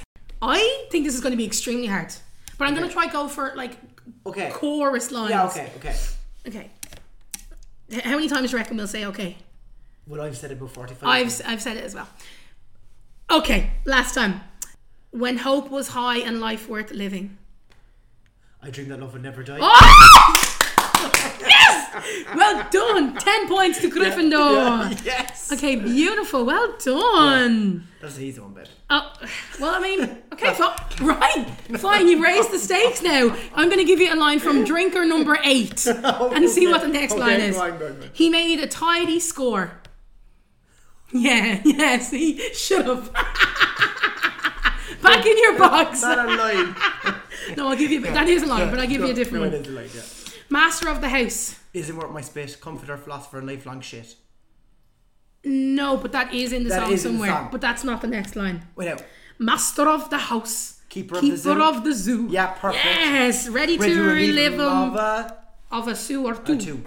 [SPEAKER 1] think this is going to be extremely hard. But I'm going to try go for like
[SPEAKER 2] Okay.
[SPEAKER 1] chorus lines.
[SPEAKER 2] Yeah, okay, okay.
[SPEAKER 1] Okay. H- How many times do you reckon we'll say okay?
[SPEAKER 2] Well, I've said it about 45.
[SPEAKER 1] I've I've said it as well. Okay, last time. When hope was high and life worth living.
[SPEAKER 2] I dream that love would never die.
[SPEAKER 1] yes! Well done. Ten points to Gryffindor.
[SPEAKER 2] Yes!
[SPEAKER 1] Okay, beautiful. Well done.
[SPEAKER 2] That's an easy one, babe.
[SPEAKER 1] Oh, well, I mean, okay, fi- right, fine. You've raised the stakes now. I'm going to give you a line from drinker number eight and see what the next
[SPEAKER 2] Oh,
[SPEAKER 1] line
[SPEAKER 2] Okay, go
[SPEAKER 1] is.
[SPEAKER 2] on, go on, go on.
[SPEAKER 1] He made a tidy score. Yeah, yeah. See, shut up. Back in your box.
[SPEAKER 2] Not online.
[SPEAKER 1] No, I'll give you. That is a line, but I'll give you a different
[SPEAKER 2] no, No,
[SPEAKER 1] one.
[SPEAKER 2] it is online, yeah.
[SPEAKER 1] Master of the house.
[SPEAKER 2] Isn't worth my spit, comforter, philosopher, and lifelong shit.
[SPEAKER 1] No, but that is in the
[SPEAKER 2] That
[SPEAKER 1] song
[SPEAKER 2] is in the
[SPEAKER 1] somewhere.
[SPEAKER 2] song.
[SPEAKER 1] But that's not the next line.
[SPEAKER 2] Wait, no.
[SPEAKER 1] Master of the house.
[SPEAKER 2] Keeper of the
[SPEAKER 1] Keeper
[SPEAKER 2] zoo.
[SPEAKER 1] of the zoo.
[SPEAKER 2] Yeah, perfect.
[SPEAKER 1] Yes, ready,
[SPEAKER 2] Ready
[SPEAKER 1] to relive
[SPEAKER 2] relieve
[SPEAKER 1] him
[SPEAKER 2] lava.
[SPEAKER 1] of a zoo or two.
[SPEAKER 2] A two.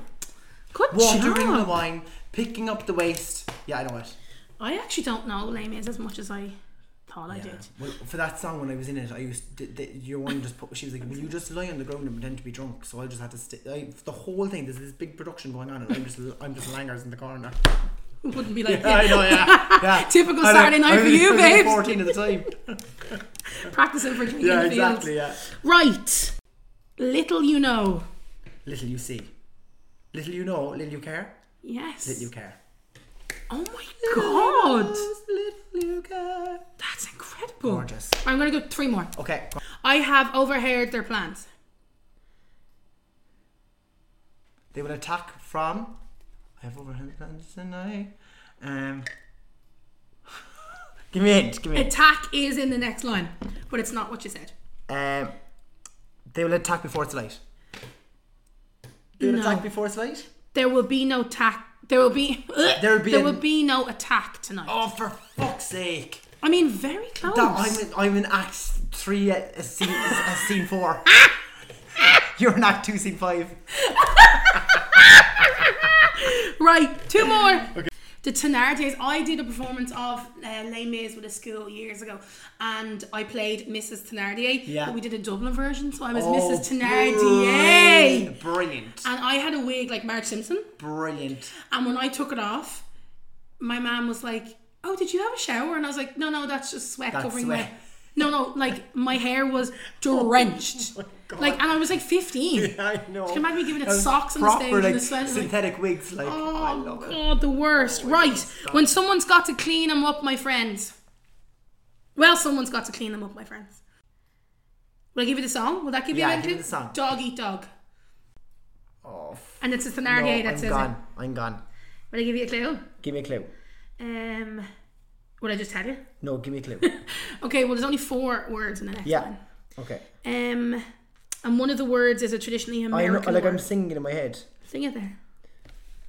[SPEAKER 1] Good
[SPEAKER 2] Watering the
[SPEAKER 1] job.
[SPEAKER 2] wine, picking up the waste. Yeah, I know it.
[SPEAKER 1] I actually don't know Les Mis as much as I thought I did.
[SPEAKER 2] Well, for that song when I was in it, I used th- th- your one just put. She was like, "Will you just lie on the ground and pretend to be drunk?" So I just had to stay. I, the whole thing. There's this big production going on, and I'm just I'm just langers in the corner.
[SPEAKER 1] It wouldn't be like
[SPEAKER 2] Yeah, I know. Yeah, yeah.
[SPEAKER 1] Typical
[SPEAKER 2] I know.
[SPEAKER 1] Saturday night
[SPEAKER 2] I
[SPEAKER 1] for
[SPEAKER 2] was-
[SPEAKER 1] you,
[SPEAKER 2] I was
[SPEAKER 1] babes.
[SPEAKER 2] Fourteen at the time.
[SPEAKER 1] practicing for drinking
[SPEAKER 2] yeah,
[SPEAKER 1] in the fields.
[SPEAKER 2] exactly. Yeah.
[SPEAKER 1] Right. Little you know.
[SPEAKER 2] Little you see, little you know, little you care,
[SPEAKER 1] Yes.
[SPEAKER 2] little you care.
[SPEAKER 1] Oh my god.
[SPEAKER 2] Yes, little you care.
[SPEAKER 1] That's incredible.
[SPEAKER 2] Gorgeous.
[SPEAKER 1] I'm gonna go three more.
[SPEAKER 2] Okay.
[SPEAKER 1] I have overheard their plans.
[SPEAKER 2] They will attack from. I have overhand plans tonight. Um. give me a hint. Give me a hint.
[SPEAKER 1] Attack is in the next line, but it's not what you said.
[SPEAKER 2] Um. They will attack before it's light. They will
[SPEAKER 1] No.
[SPEAKER 2] attack before it's light.
[SPEAKER 1] There will be no tack. There will be. There
[SPEAKER 2] will be an-
[SPEAKER 1] will be no attack tonight.
[SPEAKER 2] Oh, for fuck's sake!
[SPEAKER 1] I mean, very close.
[SPEAKER 2] That, I'm in, I'm in Act Three, uh, uh, scene, uh, scene Four. You're in Act Two, Scene Five.
[SPEAKER 1] Right, two more. The Tenardes. I did a performance of uh, Les Mis with a school years ago, and I played Mrs. Tenardier.
[SPEAKER 2] Yeah.
[SPEAKER 1] But we did a Dublin version, so I was
[SPEAKER 2] Oh,
[SPEAKER 1] Mrs. Tenardier.
[SPEAKER 2] brilliant, Brilliant,
[SPEAKER 1] And I had a wig like Marge Simpson,
[SPEAKER 2] brilliant.
[SPEAKER 1] and when I took it off, my mom was like, "Oh, did you have a shower?" And I was like, "No, no, that's just sweat
[SPEAKER 2] That's
[SPEAKER 1] covering
[SPEAKER 2] sweat. Oh
[SPEAKER 1] my." No, no, like my hair was drenched.
[SPEAKER 2] God.
[SPEAKER 1] like, and I was like 15.
[SPEAKER 2] I know.
[SPEAKER 1] Can you imagine me giving it
[SPEAKER 2] That was
[SPEAKER 1] socks on the
[SPEAKER 2] proper,
[SPEAKER 1] stage and
[SPEAKER 2] like,
[SPEAKER 1] the sweat? Like,
[SPEAKER 2] synthetic wigs, like I
[SPEAKER 1] Oh
[SPEAKER 2] love it.
[SPEAKER 1] god, the worst. right. When someone's got to clean them up, my friends. Well, someone's got to clean them up, my friends. Will I give you the song? Will that give you
[SPEAKER 2] Yeah,
[SPEAKER 1] an
[SPEAKER 2] give me
[SPEAKER 1] idea?
[SPEAKER 2] the song.
[SPEAKER 1] Dog eat dog.
[SPEAKER 2] Oh, f-
[SPEAKER 1] And it's a
[SPEAKER 2] no,
[SPEAKER 1] scenario that
[SPEAKER 2] I'm
[SPEAKER 1] says
[SPEAKER 2] gone. I'm gone.
[SPEAKER 1] it. Will I give you a clue?
[SPEAKER 2] Give me a clue.
[SPEAKER 1] Um Will I just tell you?
[SPEAKER 2] No, give me a clue.
[SPEAKER 1] Okay, well there's only four words in the next
[SPEAKER 2] Yeah.
[SPEAKER 1] one.
[SPEAKER 2] Okay.
[SPEAKER 1] Um and one of the words is a traditionally
[SPEAKER 2] I know,
[SPEAKER 1] American
[SPEAKER 2] like I'm
[SPEAKER 1] word.
[SPEAKER 2] singing in my head.
[SPEAKER 1] Sing it there.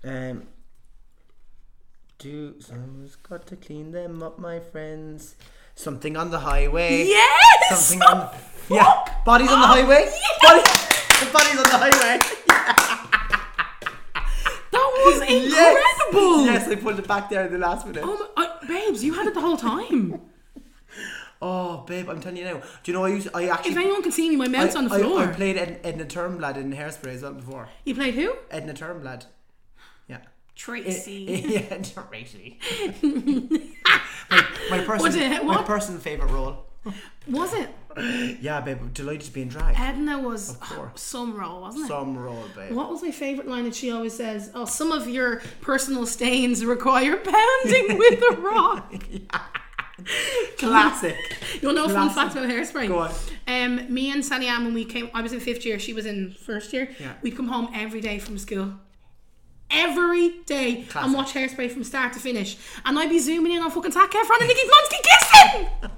[SPEAKER 2] Um. Do someone's got to clean them up, my friends? Something on the highway.
[SPEAKER 1] Yes!
[SPEAKER 2] Something on. Yeah. Bodies
[SPEAKER 1] Oh,
[SPEAKER 2] on the highway. Body- the bodies on the highway.
[SPEAKER 1] That was
[SPEAKER 2] Yes.
[SPEAKER 1] incredible!
[SPEAKER 2] Yes, I pulled it back there in the last minute.
[SPEAKER 1] Oh my, I, babes, you had it the whole time.
[SPEAKER 2] Oh, babe, I'm telling you now. Do you know I used? I
[SPEAKER 1] If
[SPEAKER 2] actually.
[SPEAKER 1] anyone can see me, my
[SPEAKER 2] I,
[SPEAKER 1] mouth's on the
[SPEAKER 2] I-
[SPEAKER 1] floor.
[SPEAKER 2] I played Ed, Edna Turnblad in Hairspray as well before.
[SPEAKER 1] you played who?
[SPEAKER 2] Edna Turnblad. Yeah.
[SPEAKER 1] Tracy.
[SPEAKER 2] yeah, Tracy. my, my person,
[SPEAKER 1] What the-
[SPEAKER 2] my
[SPEAKER 1] what?
[SPEAKER 2] personal favorite role.
[SPEAKER 1] was it?
[SPEAKER 2] Yeah, babe, I'm delighted to be in drag.
[SPEAKER 1] Edna was
[SPEAKER 2] course.
[SPEAKER 1] some role, wasn't it?
[SPEAKER 2] Some role, babe.
[SPEAKER 1] what was my favourite line that she always says? Oh, some of your personal stains require pounding with a rock.
[SPEAKER 2] Classic.
[SPEAKER 1] You want to know a fun
[SPEAKER 2] Classic.
[SPEAKER 1] fact about hairspray?
[SPEAKER 2] Go on.
[SPEAKER 1] Um, me and Sally Ann, when we came, I was in fifth year, she was in first year.
[SPEAKER 2] Yeah.
[SPEAKER 1] We'd come home every day from school. Every day and
[SPEAKER 2] Classic.
[SPEAKER 1] watch hairspray from start to finish. And I'd be zooming in on fucking Zac Efron and Nikki Blonsky kissing!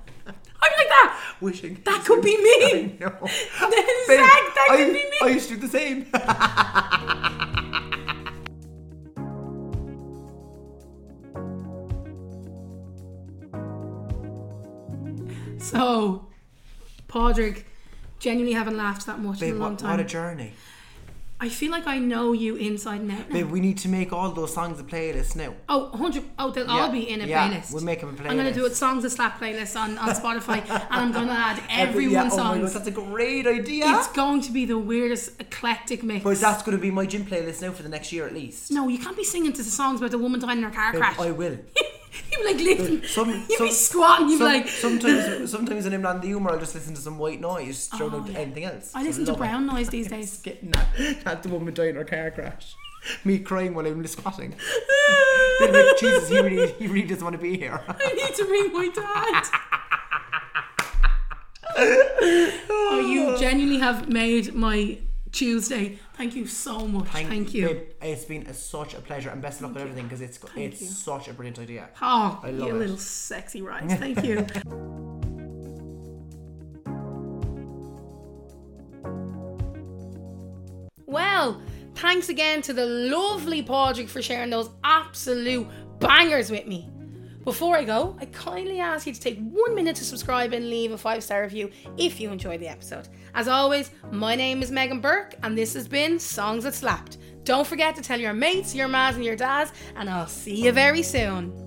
[SPEAKER 1] I'd be like that!
[SPEAKER 2] Wishing.
[SPEAKER 1] That could be me!
[SPEAKER 2] No.
[SPEAKER 1] That-
[SPEAKER 2] Babe,
[SPEAKER 1] that
[SPEAKER 2] I,
[SPEAKER 1] could be me.
[SPEAKER 2] I used to do the same.
[SPEAKER 1] So, Padraig, genuinely haven't laughed that much in
[SPEAKER 2] Babe,
[SPEAKER 1] a long
[SPEAKER 2] what,
[SPEAKER 1] time.
[SPEAKER 2] what
[SPEAKER 1] I
[SPEAKER 2] a journey.
[SPEAKER 1] feel like I know you inside and out. now.
[SPEAKER 2] Babe, we need to make all those songs a playlist now.
[SPEAKER 1] Oh, 100. Oh, they'll
[SPEAKER 2] Yeah,
[SPEAKER 1] all be in a
[SPEAKER 2] yeah,
[SPEAKER 1] playlist.
[SPEAKER 2] we'll make 'em a
[SPEAKER 1] I'm going to do
[SPEAKER 2] playlist.
[SPEAKER 1] it songs that slap playlist on, on Spotify, and I'm going to add
[SPEAKER 2] Every-
[SPEAKER 1] everyone's
[SPEAKER 2] yeah, oh my
[SPEAKER 1] songs.
[SPEAKER 2] God, that's a great idea.
[SPEAKER 1] It's going to be the weirdest eclectic mix.
[SPEAKER 2] but that's going to be my gym playlist now for the next year at least.
[SPEAKER 1] no, you can't be singing to the songs about the woman dying in her car
[SPEAKER 2] Babe,
[SPEAKER 1] crash.
[SPEAKER 2] I will.
[SPEAKER 1] you'd be like lifting,
[SPEAKER 2] Some-
[SPEAKER 1] you'd
[SPEAKER 2] some-
[SPEAKER 1] be squatting, you'd
[SPEAKER 2] Some-
[SPEAKER 1] be like,
[SPEAKER 2] sometimes, sometimes when I'm not in the humour, I'll just listen to some white noise. Throw out
[SPEAKER 1] Oh, yeah.
[SPEAKER 2] anything else.
[SPEAKER 1] I listen to
[SPEAKER 2] Love it.
[SPEAKER 1] brown noise these days.
[SPEAKER 2] getting that, that the woman died in her car crash. Me crying while I'm squatting. They're like, Jesus, he really, he really doesn't want to be here.
[SPEAKER 1] I need to ring my dad. oh, you genuinely have made my Tuesday. Thank you so much. Thank, you.
[SPEAKER 2] Babe, it's been a- such a pleasure and best of luck with everything because it's it's
[SPEAKER 1] you.
[SPEAKER 2] such a brilliant idea.
[SPEAKER 1] Oh,
[SPEAKER 2] I love
[SPEAKER 1] you
[SPEAKER 2] it.
[SPEAKER 1] little sexy rice. Thank you. well, thanks again to the lovely Padraig for sharing those absolute bangers with me. Before I go, I kindly ask you to take one minute to subscribe and leave a five star review if you enjoyed the episode. As always, my name is Megan Burke, and this has been Songs That Slapped. Don't forget to tell your mates, your mas, and your dads, and I'll see you very soon.